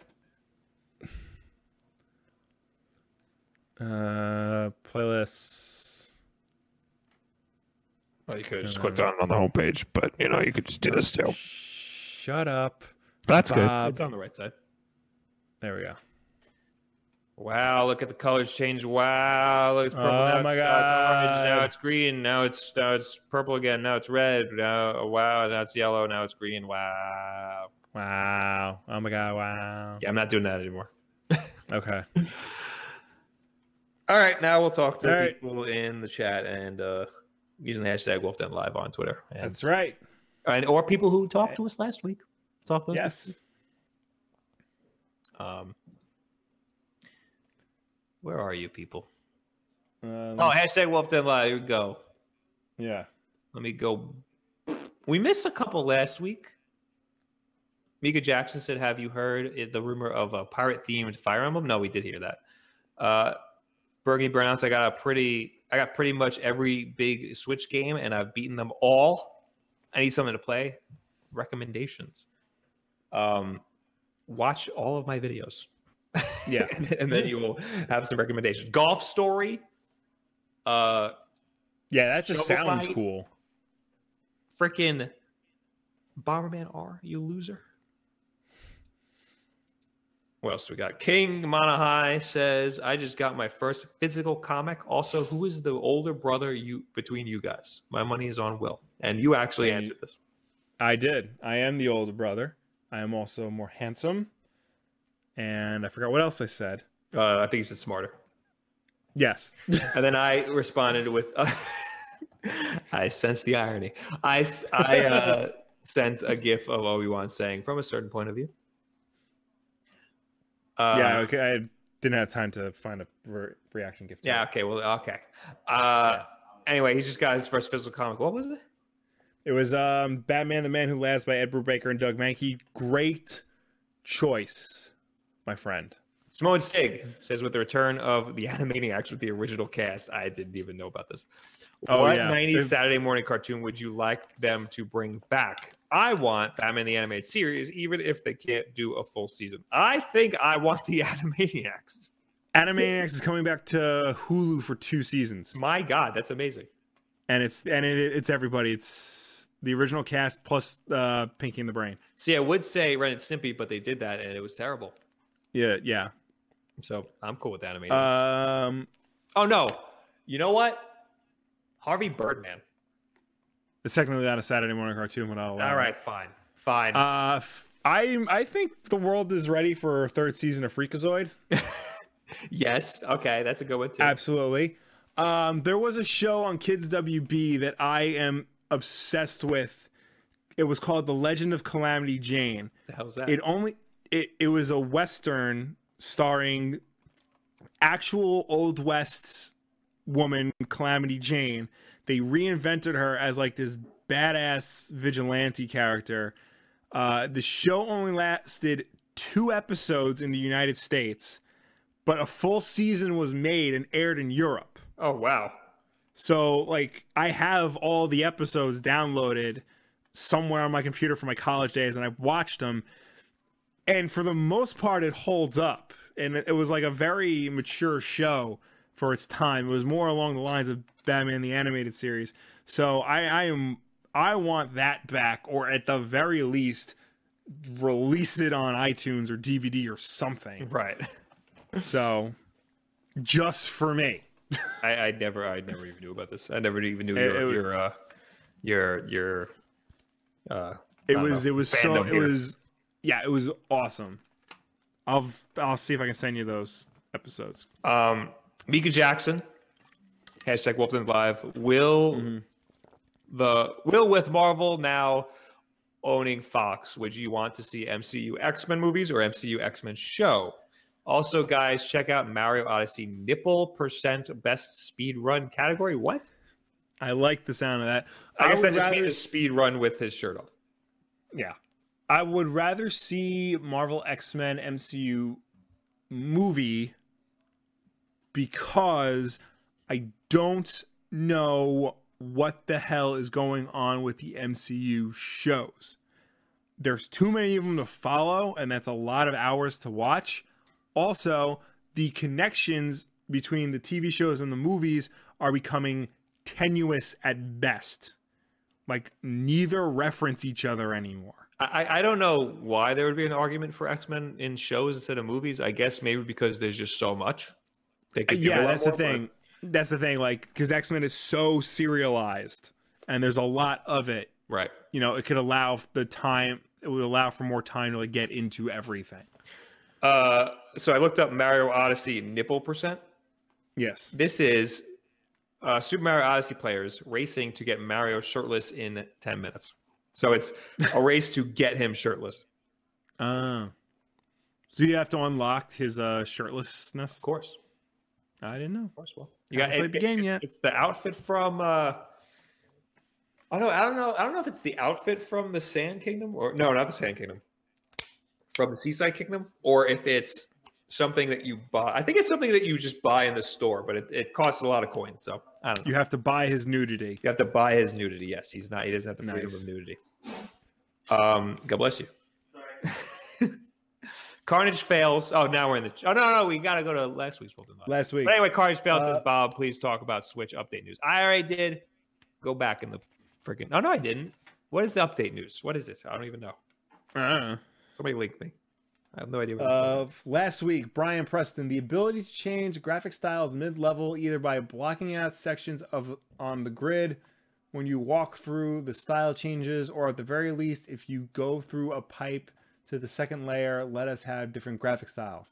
Uh, playlists.
Well, you could have
just clicked
on on the homepage, but you know, you could just do this too.
Shut up.
That's
good.
It's on the right side.
There we go.
Wow, look at the colors change. Wow, look, it's purple.
Oh
now
my
it's, Now it's orange. Now
God.
it's green. Now it's now it's purple again. Now it's red. Now oh, wow. Now it's yellow. Now it's green. Wow.
Wow. Oh my god. Wow.
Yeah, I'm not doing that anymore.
Okay.
All right, now we'll talk to
All right.
people in the chat and uh, using the hashtag WolfDen Live on Twitter and,
That's right.
and or people who talked to us last week. Talk to us.
Yes.
Um, where are you people?
Um,
Oh, hashtag WolfDen Live. Here we go.
yeah.
Let me go. We missed a couple last week. Mika Jackson said, "Have you heard it- the rumor of a pirate-themed Fire Emblem?" No, we did hear that. Uh, Bergie Browns, I got a pretty, I got pretty much every big Switch game, and I've beaten them all. I need something to play. Recommendations: um, watch all of my videos,
Yeah.
and then you will have some recommendations. Golf Story, uh,
Yeah. That just
Shovel
sounds
Knight.
cool.
freaking Bomberman R, you loser. What else do we got? King Monahai says, I just got my first physical comic. Also, who is the older brother you between you guys? My money is on Will. And you actually
Hey.
answered this.
I did. I am the older brother. I am also more handsome. And I forgot what else I said.
Uh, I think you said smarter.
Yes.
And then I responded with, uh, I sense the irony. I, s- I, uh, sent a gif of Obi Wan saying, from a certain point of view. Uh,
yeah, okay. I had didn't have time to find a re- reaction gift. to
Yeah.
it.
Okay. Well. Okay. Uh, anyway, he just got his first physical comic. What was it?
It was um, Batman: The Man Who Laughs by Ed Brubaker and Doug Mankey. Great choice, my friend.
Simone Stig says, with the return of the Animaniacs with the original cast, I didn't even know about this.
Oh,
what
yeah.
90s
They've-
Saturday morning cartoon would you like them to bring back? I want Batman the Animated Series, even if they can't do a full season. I think I want the Animaniacs.
Animaniacs is coming back to Hulu for two seasons,
My God, that's amazing.
and it's and it, it's everybody. It's the original cast plus uh, Pinky and the Brain.
See, I would say Ren and Snippy, but they did that and it was terrible.
Yeah, yeah.
So I'm cool with Animaniacs.
Um,
oh, no. You know what? Harvey Birdman.
it's technically not a Saturday morning cartoon, but I'll allow
All
it.
right, fine. Fine.
Uh, f- I I think the world is ready for a third season of Freakazoid.
yes. Okay. That's a good one, too.
Absolutely. Um, there was a show on Kids WB that I am obsessed with. It was called The Legend of Calamity Jane.
the hell's that?
It only it it was a western starring actual old west woman Calamity Jane. They reinvented her as like this badass vigilante character. Uh, the show only lasted two episodes in the United States, but a full season was made and aired in Europe.
oh, wow.
So like I have all the episodes downloaded somewhere on my computer from my college days and I've watched them and for the most part it holds up and it it was like a very mature show for its time. It was more along the lines of Batman the animated series. So I I am I want that back or at the very least release it on iTunes or DVD or something.
Right.
So just for me.
I, I never, I never even knew about this. I never even knew
It-
your,
it was-
your, uh, your, your, uh,
it
I don't
was
know,
it was so
fandom
it
here.
was yeah it was awesome i'll i'll see if i can send you those episodes
um, Mika Jackson, hashtag Wolfden Live. Will
Mm-hmm.
the will with Marvel now owning Fox? Would you want to see MCU X Men movies or MCU X Men show? Also, guys, check out Mario Odyssey nipple percent best speed run category. What?
i like the sound of that
I, guess
would
that just
rather
means a
s-
speed run with his shirt off.
yeah i would rather see marvel x-men mcu movie because i don't know what the hell is going on with the mcu shows there's too many of them to follow and that's a lot of hours to watch also the connections between the tv shows and the movies are becoming tenuous at best like neither reference each other anymore
I, I- I don't know why there would be an argument for X Men in shows instead of movies. I guess maybe because there's just so much. They could do a
Uh, yeah
lot
that's the
more, but-
thing that's the thing like because x-men is so serialized and there's a lot of it
Right.
you know it could allow the time it would allow for more time to like get into everything
Uh, so I looked up Mario Odyssey nipple percent.
yes
This is uh, Super Mario Odyssey players racing to get Mario shirtless in 10 minutes. So it's a race to get him shirtless.
uh, so you have to unlock his uh shirtlessness
Of course. Of
i didn't know
course. Well, you
Haven't
got
played the game
it's-
yet.
It's the outfit from. Uh, I don't know. I don't know. I don't know if it's the outfit from the Sand Kingdom or no, not the Sand Kingdom, from the Seaside Kingdom, or if it's something that you buy. I think it's something that you just buy in the store, but it, it costs a lot of coins. So I don't know.
you have to buy his nudity
You have to buy his nudity. Yes, he's not. He doesn't have the freedom
Nice.
of nudity. Um, God bless you.
Sorry.
Carnage fails. Oh, now we're in the. Oh no, no, we gotta go to last week's Wolf and Love.
last week
But anyway, Carnage fails.
Uh,
says Bob, please talk about Switch update news. I already did. Go back in the freaking. Oh no, I didn't. What is the update news? What is it? I don't even know.
uh,
Somebody linked me. I have no idea. What
Uh, last week, Brian Preston, the ability to change graphic styles mid-level either by blocking out sections of on the grid when you walk through the style changes, or at the very least, if you go through a pipe to the second layer, let us have different graphic styles.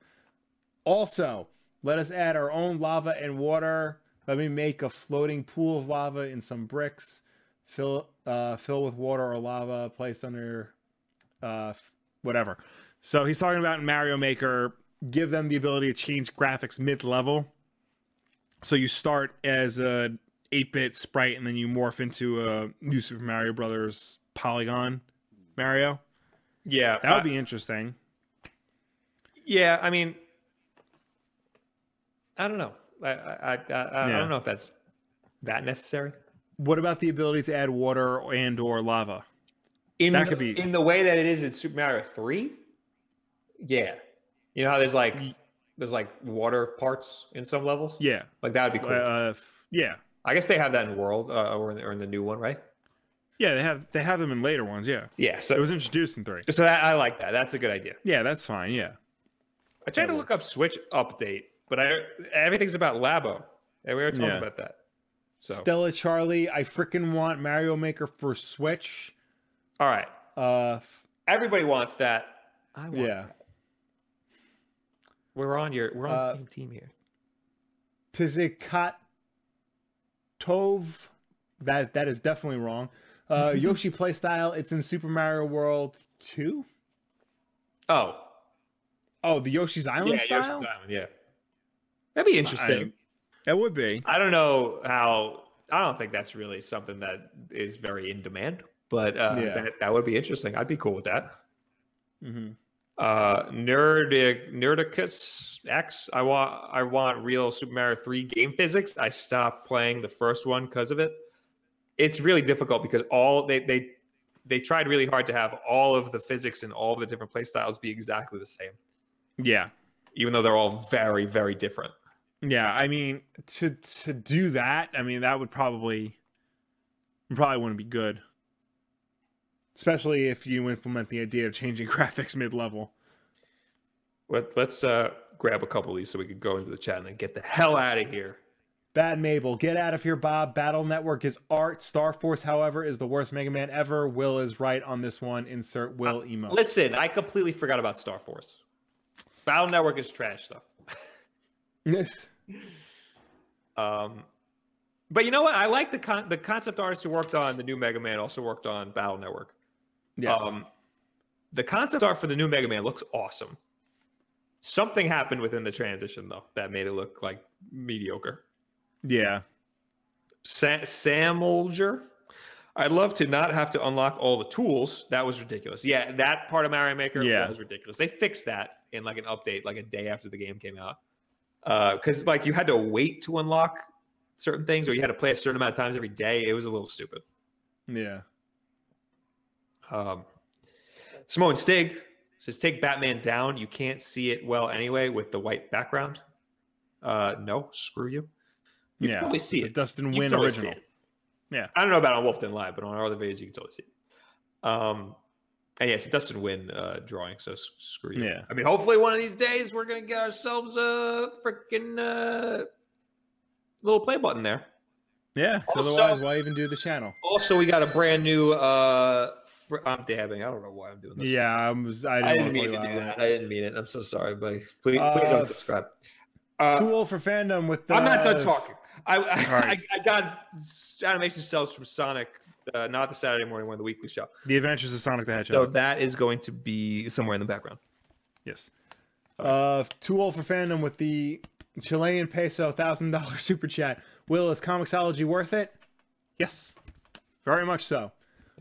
Also, let us add our own lava and water. Let me make a floating pool of lava in some bricks. Fill uh, fill with water or lava placed under uh, f- whatever. So he's talking about in Mario Maker give them the ability to change graphics mid-level. So you start as a 8-bit sprite and then you morph into a new Super Mario Brothers polygon Mario.
Yeah,
That
I-
would be interesting.
Yeah, I mean, I don't know. I I I, I, I
Yeah.
don't know if that's that necessary.
What about the ability to add water and or lava?
In
That
the,
could be-
in the way that it is in Super Mario Three. Yeah, you know how there's like there's like water parts in some levels.
Yeah.
Like that would be cool.
Uh, f- yeah.
I guess they have that in World uh, or, in the, or in the new one, right?
Yeah, they have they have them in later ones, yeah.
Yeah. So
It was introduced in 3.
so that I like that. That's a good idea.
Yeah, that's fine, yeah.
I tried to look up Switch update, but I everything's about Labo, and we were talking
Yeah.
about that. So
Stella Charlie, I freaking want Mario Maker for Switch.
all right,
Uh f-
everybody wants that. I want
yeah.
We're on your we're on
Uh,
the same team here.
Pizzicat Tove. That that is definitely wrong. Uh, Yoshi playstyle. It's in Super Mario World Two.
Oh,
Oh, the Yoshi's Island
yeah,
style.
Yoshi's Island, yeah. That'd be interesting.
That would be.
I, don't know how. I don't think that's really something that is very in demand, but uh,
Yeah.
that, that would be interesting. I'd be cool with that.
hmm
Uh, Nerdic, Nerdicus X. I want I want real Super Mario Three game physics. I stopped playing the first one because of it. It's really difficult because all they they they tried really hard to have all of the physics and all of the different play styles be exactly the same.
Yeah,
even though they're all very, very different.
yeah. I mean, to to do that, I mean, that would probably probably wouldn't be good. Especially if you implement the idea of changing graphics mid level.
Let, let's uh, grab a couple of these so we could go into the chat and then get the hell out of here.
Bad Mabel, get out of here, Bob. Battle Network is art. Star Force, however, is the worst Mega Man ever. Will is right on this one. Insert
Uh,
Will emo.
Listen, I completely forgot about Star Force. Battle Network is trash, though. Um, but you know what? I like the con- the concept artist who worked on the new Mega Man also worked on Battle Network.
yes.
Um, the concept art for the new Mega Man looks awesome. Something happened within the transition though that made it look like mediocre.
yeah.
Sa- Sam Olger. I'd love to not have to unlock all the tools. That was ridiculous. Yeah, that part of Mario Maker
Yeah.
was ridiculous. They fixed that in like an update, like a day after the game came out, because like you had to wait to unlock certain things, or you had to play a certain amount of times every day. It was a little stupid.
Yeah.
Um, Simone Stig says, "Take Batman down. You can't see it well anyway with the white background." Uh, no, screw you. You
yeah.
can probably see
It's a
it.
Dustin
You can
Wynn
totally see
original.
it.
Yeah.
I don't know about on Wolfden Live, but on our other videos you can totally see it. Um, and yeah, it's a Dustin Wynn uh, drawing, so s- screw you.
Yeah.
I mean, hopefully one of these days we're gonna get ourselves a freaking uh, little play button there.
Yeah. So
Also-
otherwise, why even do the channel?
Also, we got a brand new. Uh, fr- I'm dabbing. I don't know why I'm doing this.
Yeah. I, was, I didn't,
I didn't
wanna
mean
play
to do
Wild
that. I didn't mean it. I'm so sorry, buddy. Please,
Uh,
please unsubscribe.
Wild.
Uh,
Too old for fandom with the.
I'm not done talking. I, I,
right.
I, I got animation cells from Sonic, uh, not the Saturday morning one, the weekly show.
The Adventures of Sonic the Hedgehog.
So that is going to be somewhere in the background.
Yes. Uh, too old for fandom with the Chilean peso thousand dollar super chat. Will is Comixology worth it? Yes, very much so.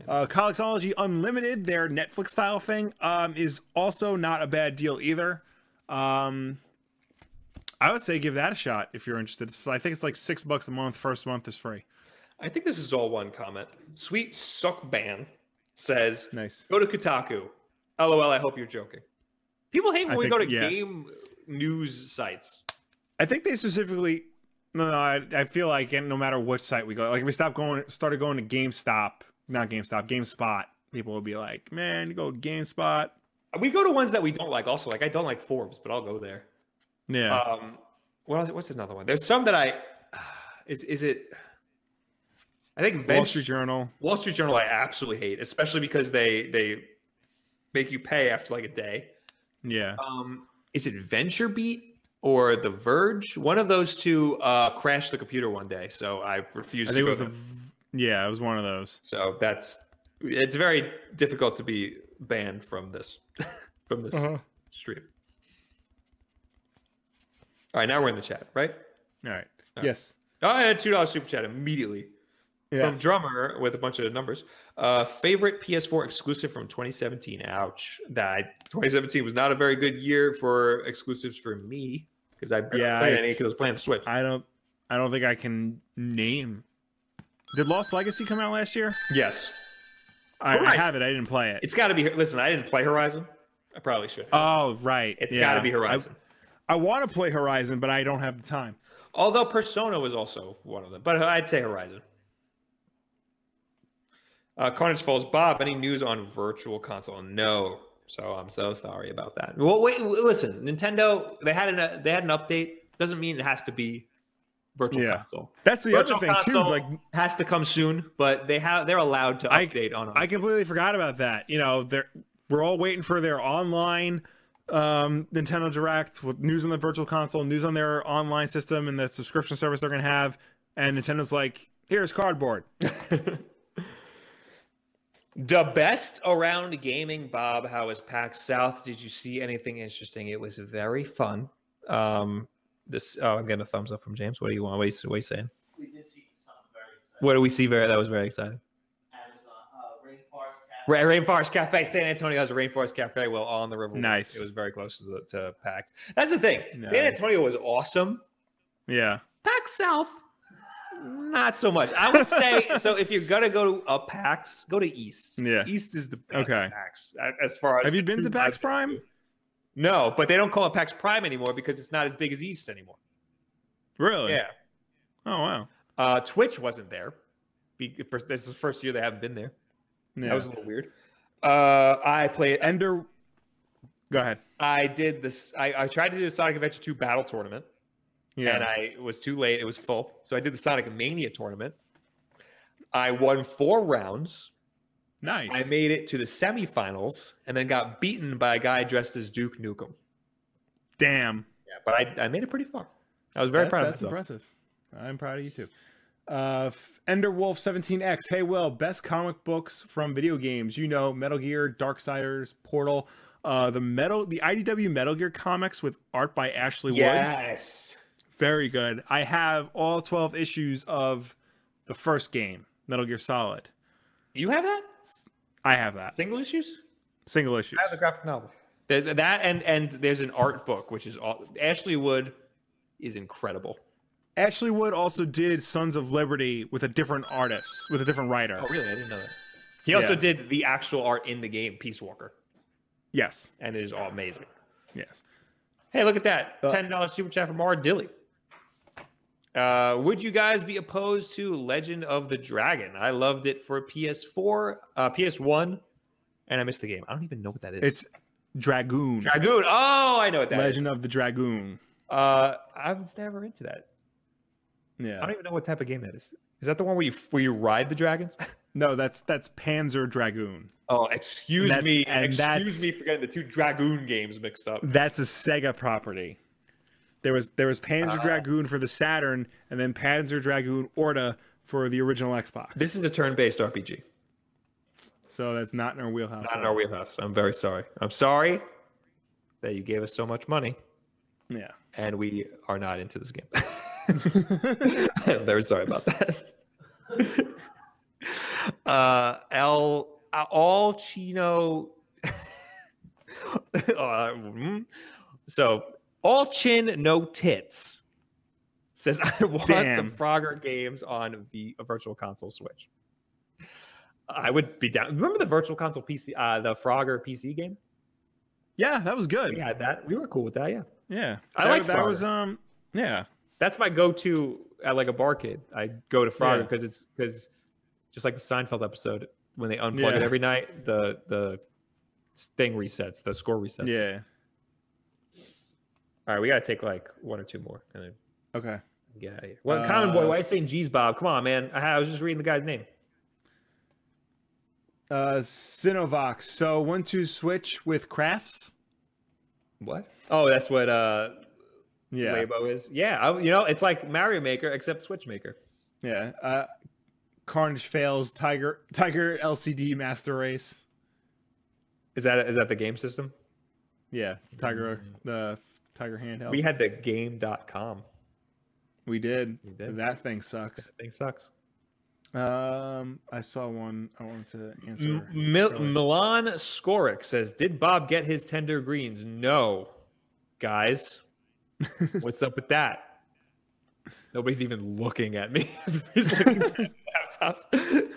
Uh, Comixology Unlimited, their Netflix style thing, um, is also not a bad deal either. Um, I would say give that a shot if you're interested. It's- I think it's like six bucks a month. First month is free.
I think this is all one comment. Sweet Suckban says,
Nice.
"Go to Kotaku." LOL. I hope you're joking. People hate when
I
we
think-
go to
yeah.
game news sites.
I think they specifically. No, no I, I feel like no matter which site we go, like if we stop going, started going to GameStop, not GameStop, GameSpot, people will be like, "Man, you go to GameSpot."
We go to ones that we don't like. Also, like I don't like Forbes, but I'll go there.
Yeah,
Um, what else, what's another one? There's some that I is is it. I think
Wall
Vent-
Street Journal.
Wall Street Journal I absolutely hate, especially because they they make you pay after like a day.
Yeah,
Um, is it Venture Beat or The Verge? One of those two uh, crashed the computer one day, so I refused
I think
to
it
go.
was
there.
the. Yeah, it was one of those.
So that's it's very
Uh-huh.
difficult to be banned from this from this stream. All right, now we're in the chat, right?
All right.
Yeah.
Yes.
Oh, I had two dollars super chat immediately
Yeah.
from Drummer with a bunch of numbers. Uh, favorite PS4 exclusive from 2017. Ouch. That 2017 was not a very good year for exclusives for me because I barely
Yeah,
played
I-
any because I was playing Switch.
I don't. I don't think I can name. Did Lost Legacy come out last year?
yes,
I, I
Right.
have it. I didn't play it.
it's got to be. Listen, I didn't play Horizon. I probably should. It's
Oh right. It's
got to be Horizon.
I, want to play Horizon, but I don't have the time.
Although Persona was also one of them, but I'd say Horizon. Uh, Carnage Falls, Bob. Any news on Virtual Console? No. So I'm so sorry about that. Well, wait. w- Listen, Nintendo. They had an uh, they had an update. Doesn't mean it has to be Virtual
Yeah.
Console.
That's the
Virtual
other thing
Console
too. Like
has to come soon, but they have they're allowed to
I-
update on.
I completely forgot about that. You know, they're, we're all waiting for their online um, Nintendo Direct with news on the Virtual Console, news on their online system, and the subscription service they're going to have. And Nintendo's like, here's cardboard.
The best around gaming, Bob. How was PAX South? Did you see anything interesting? It was very fun. Um, this oh, I'm getting a thumbs up from James. What do you want? What are you, what are you saying?
We did see something very exciting.
What do we see? Very that was very exciting.
Amazon, uh, Rainforest Cafe.
Ra- Rainforest Cafe, San Antonio has a Rainforest Cafe. Well, on the river.
Nice.
It was very close to, the, to PAX. That's the thing. San
Nice.
Antonio was awesome.
Yeah.
PAX South, not so much. I would say so. If you're gonna go to a PAX, go to East.
Yeah.
East is the best
Okay.
PAX a- as far as
Have you been to
I've
PAX Prime?
No, but they don't call it PAX Prime anymore because it's not as big as East anymore.
Really?
Yeah.
Oh, wow.
Uh, Twitch wasn't there. Be- for- This is the first year they haven't been there.
Yeah.
That was a little weird. Uh, I played.
Ender. Go ahead.
I did this. I, I tried to do the Sonic Adventure 2 battle tournament,
Yeah.
and I was too late. It was full, so I did the Sonic Mania tournament. I won four rounds.
nice.
I made it to the semifinals, and then got beaten by a guy dressed as Duke Nukem.
Damn.
Yeah, but I, I made it pretty far. I was very
that's,
proud of
that's
myself.
impressive. I'm proud of you too. Uh, Enderwolf 17X. Hey, Will, best comic books from video games. You know, Metal Gear, Darksiders, Portal, uh, the metal, the IDW Metal Gear comics with art by Ashley Wood.
Yes.
Very good. I have all 12 issues of the first game, Metal Gear Solid.
Do you have that?
I have that
Single issues?
single issues.
I have the graphic novel. that and and there's an art book, which is all Ashley Wood is incredible.
Ashley Wood also did Sons of Liberty with a different artist, with a different writer.
Oh, really? I didn't know that. He also
Yeah.
did the actual art in the game, Peace Walker,
Yes,
and it is all amazing.
yes.
Hey, look at that.
Uh,
$10 super chat from R. Dilly. Uh, would you guys be opposed to Legend of the Dragon? I loved it for PS4, uh, PS1, and I missed the game. I don't even know what that is.
It's Dragoon,
Dragoon. Oh, I know what that is.
Legend of the Dragoon.
Uh, I was never into that.
Yeah.
I don't even know what type of game that is. Is that the one where you where you ride the dragons?
No, that's that's Panzer Dragoon.
Oh, excuse
That-
me,
and that's-
excuse me for getting the two dragoon games mixed up.
That's a Sega property. There was there was
Ah.
Panzer Dragoon for the Saturn, and then Panzer Dragoon Orta for the original Xbox.
This is a turn-based RPG,
So that's not in our wheelhouse.
not in our wheelhouse. I'm very sorry. I'm sorry that you gave us so much money
yeah.
and we are not into this game. I'm very sorry about that. uh, El All Chino. uh, mm. so All Chin No Tits says I want
Damn.
the Frogger games on the Virtual Console Switch. I would be down. Remember the Virtual Console PC, uh, the Frogger PC game?
Yeah, that was good.
We
Yeah.
had that. We were cool with that. Yeah. I
that,
like
that
Frogger.
was um yeah.
that's my go-to at like a bar kid. I go to Frogger
Yeah.
because it's because just like the Seinfeld episode when they unplug
Yeah.
it every night, the the thing resets, the score resets.
Yeah.
All right, we gotta take like one or two more and then
Okay.
get out of here. Well, Common Boy,
Uh,
why are you saying G's Bob? Come on, man. I, I was just reading the guy's name.
Uh Sinovox. So one two switch with crafts.
What? Oh, that's what uh
Yeah.
Labo is. Yeah, I, you know, it's like Mario Maker except Switch Maker.
Yeah. Uh Carnage fails Tiger Tiger LCD Master Race.
Is that is that the game system?
Yeah, Tiger the Tiger handheld.
Mm. We had the game.com.
we did.
We did.
That thing sucks.
That thing sucks.
Um, I saw one I wanted to answer.
M- Mil-
Really?
Milan Skorik says, "Did Bob get his tender greens?" No, guys, what's up with that? Nobody's even looking at me. Everybody's looking at laptops.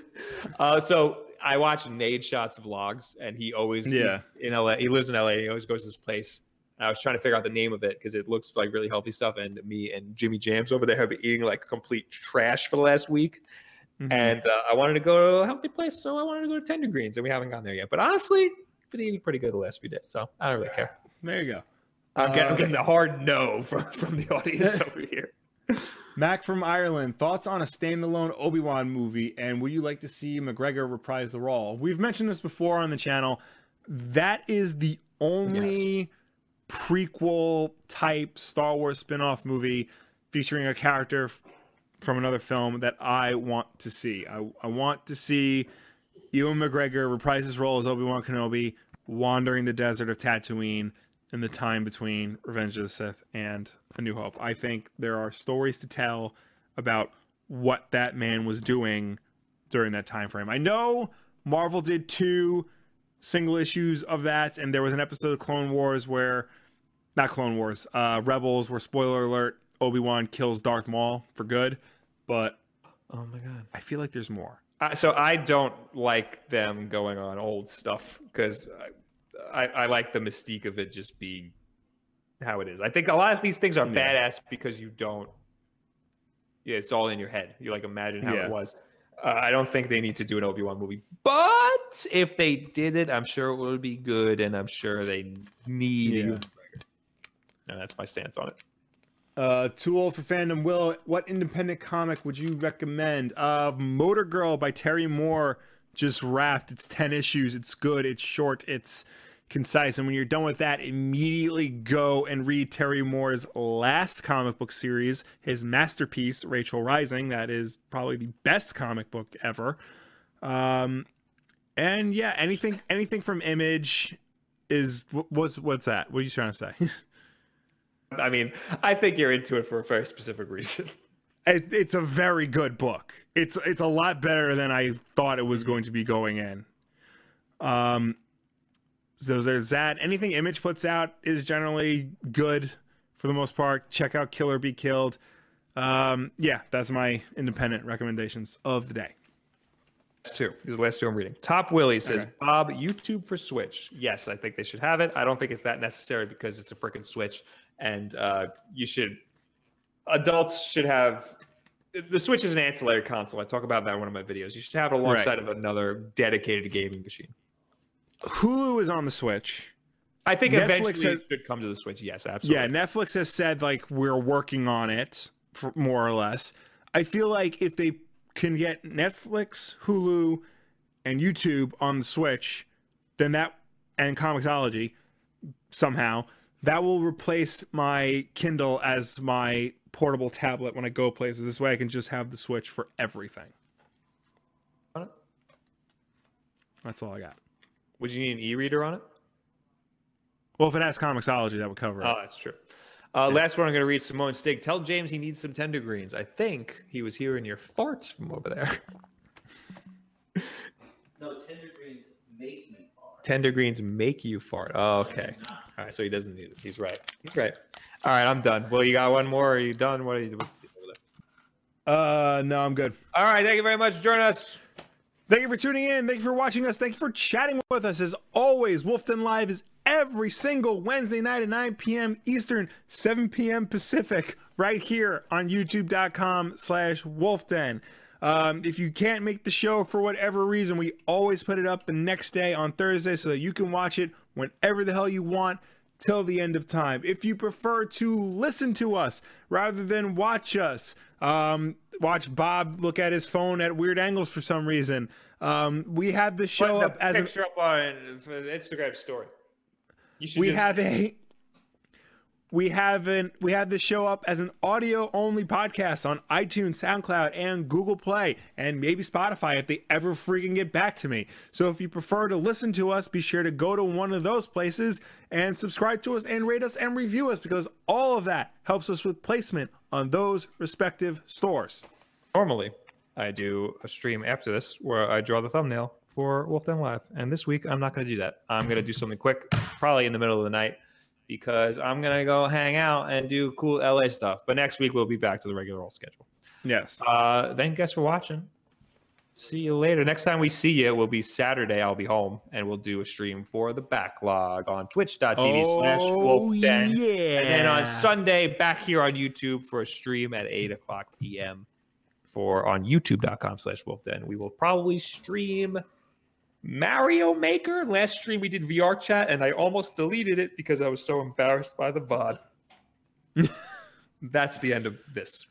Uh, so I watch Nade Shots vlogs, and he always
Yeah.
in LA. He lives in LA, and he always goes to this place. And I was trying to figure out the name of it because it looks like really healthy stuff. And me and Jimmy Jams over there have been eating like complete trash for the last week
Mhm.
and uh, I wanted to go to a healthy place, so I wanted to go to Tender Greens, and we haven't gone there yet. But honestly, been eating pretty good the last few days, so I don't really care.
there you go.
I'm, get- I'm
Uh,
getting a hard no from, from the audience over here.
Mac from Ireland. Thoughts on a standalone Obi Wan movie, and would you like to see McGregor reprise the role? We've mentioned this before on the channel. That is the only prequel type Star Wars spin off movie featuring a character f- from another film that I want to see. I, I want to see Ewan McGregor reprise his role as Obi Wan Kenobi wandering the desert of Tatooine in the time between Revenge of the Sith and A New Hope. I think there are stories to tell about what that man was doing during that time frame. I know Marvel did two single issues of that, and there was an episode of Clone Wars where, not Clone Wars, uh, Rebels, where spoiler alert, Obi Wan kills Darth Maul for good. But
Oh my god!
I feel like there's more.
I, so I don't like them going on old stuff because I, I, I like the mystique of it just being how it is. I think a lot of these things are
Yeah.
badass because you don't. Yeah, it's all in your head. You like imagine how
Yeah.
it was. Uh, I don't think they need to do an Obi Wan movie, but if they did it, I'm sure it would be good, and I'm sure they need.
Yeah.
Yeah. And that's my stance on it.
Uh, too old for fandom. Will, what independent comic would you recommend? Uh, Motor Girl by Terry Moore just wrapped. It's 10 issues. It's good. It's short. It's concise. And when you're done with that, immediately go and read Terry Moore's last comic book series, his masterpiece, Rachel Rising. That is probably the best comic book ever. Um, and yeah, anything anything from Image is wh- what's what's that? What are you trying to say?
I mean, I think you're into it for a very specific reason.
it, it's a very good book. It's it's a lot better than I thought it was going to be going in. Um, so there's that. Anything Image puts out is generally good for the most part. Check out Killer Be Killed. Um, yeah, that's my independent recommendations of the day.
last two. These are the last two I'm reading. Top Willie says,
Okay.
Bob, YouTube for Switch. Yes, I think they should have it. I don't think it's that necessary because it's a freaking Switch. And uh, you should, adults should have, the Switch is an ancillary console. I talk about that in one of my videos. You should have it alongside of another dedicated gaming machine.
Hulu is on the Switch.
I think
Netflix
eventually
has-
it should come to the Switch. Yes, absolutely.
Yeah, Netflix has said like we're working on it for more or less. I feel like if they can get Netflix, Hulu, and YouTube on the Switch, then that and Comixology somehow that will replace my Kindle as my portable tablet when I go places. This way, I can just have the Switch for everything. That's all I got.
Would you need an e reader on it?
Well, if it has Comixology, that would cover it.
Oh, that's true. Uh, Last one I'm going to read Simone Stig. Tell James he needs some tender greens. I think he was hearing your farts from over there.
No, Tinder Greens make me fart.
Tender greens make you fart. Oh, okay. All right, so he doesn't need it. He's right. He's right. All right, I'm done. Well, you got one more. Are you done? What are you? What's the deal with it?
Uh, no, I'm good.
All right, thank you very much for joining us.
Thank you for tuning in. Thank you for watching us. Thank you for chatting with us. As always, Wolfden Live is every single Wednesday night at 9 p.m. Eastern, 7 p.m. Pacific, right here on youtube.com slash wolfden. Um, if you can't make the show for whatever reason, we always put it up the next day on Thursday so that you can watch it whenever the hell you want till the end of time. If you prefer to listen to us rather than watch us, um, watch Bob look at his phone at weird angles for some reason. Um, we have the show up as an
picture up on Instagram story. You should
we
just-
have a we have an we have this show up as an audio only podcast on iTunes, SoundCloud, and Google Play, and maybe Spotify if they ever freaking get back to me. So if you prefer to listen to us, be sure to go to one of those places and subscribe to us and rate us and review us because all of that helps us with placement on those respective stores.
Normally, I do a stream after this where I draw the thumbnail for Wolf Den Live. And this week, I'm not going to do that. I'm going to do something quick, probably in the middle of the night, because I'm going to go hang out and do cool LA stuff. But next week, we'll be back to the regular old schedule.
Yes.
Uh, thank you guys for watching. See you later. Next time we see you will be Saturday. I'll be home and we'll do a stream for the backlog on twitch.tv slash
Oh,
wolfden.
yeah.
And then on Sunday, back here on YouTube for a stream at 8 o'clock p.m. for on youtube.com slash wolfden. We will probably stream Mario Maker. Last stream we did VR chat and I almost deleted it because I was so embarrassed by the VOD. That's the end of this.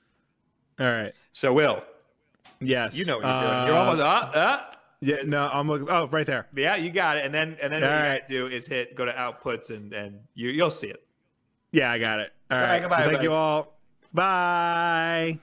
All right.
So, Will,
Yes. Uh,
you know what you're doing. You're almost up, up.
Yeah, no, I'm looking. Oh, right there.
Yeah, you got it. And then and then what
All
you
right.
gotta do is hit go to outputs and and you you'll see it.
Yeah, I got it. All
right,
right.
goodbye,
so thank
everybody.
you all. Bye.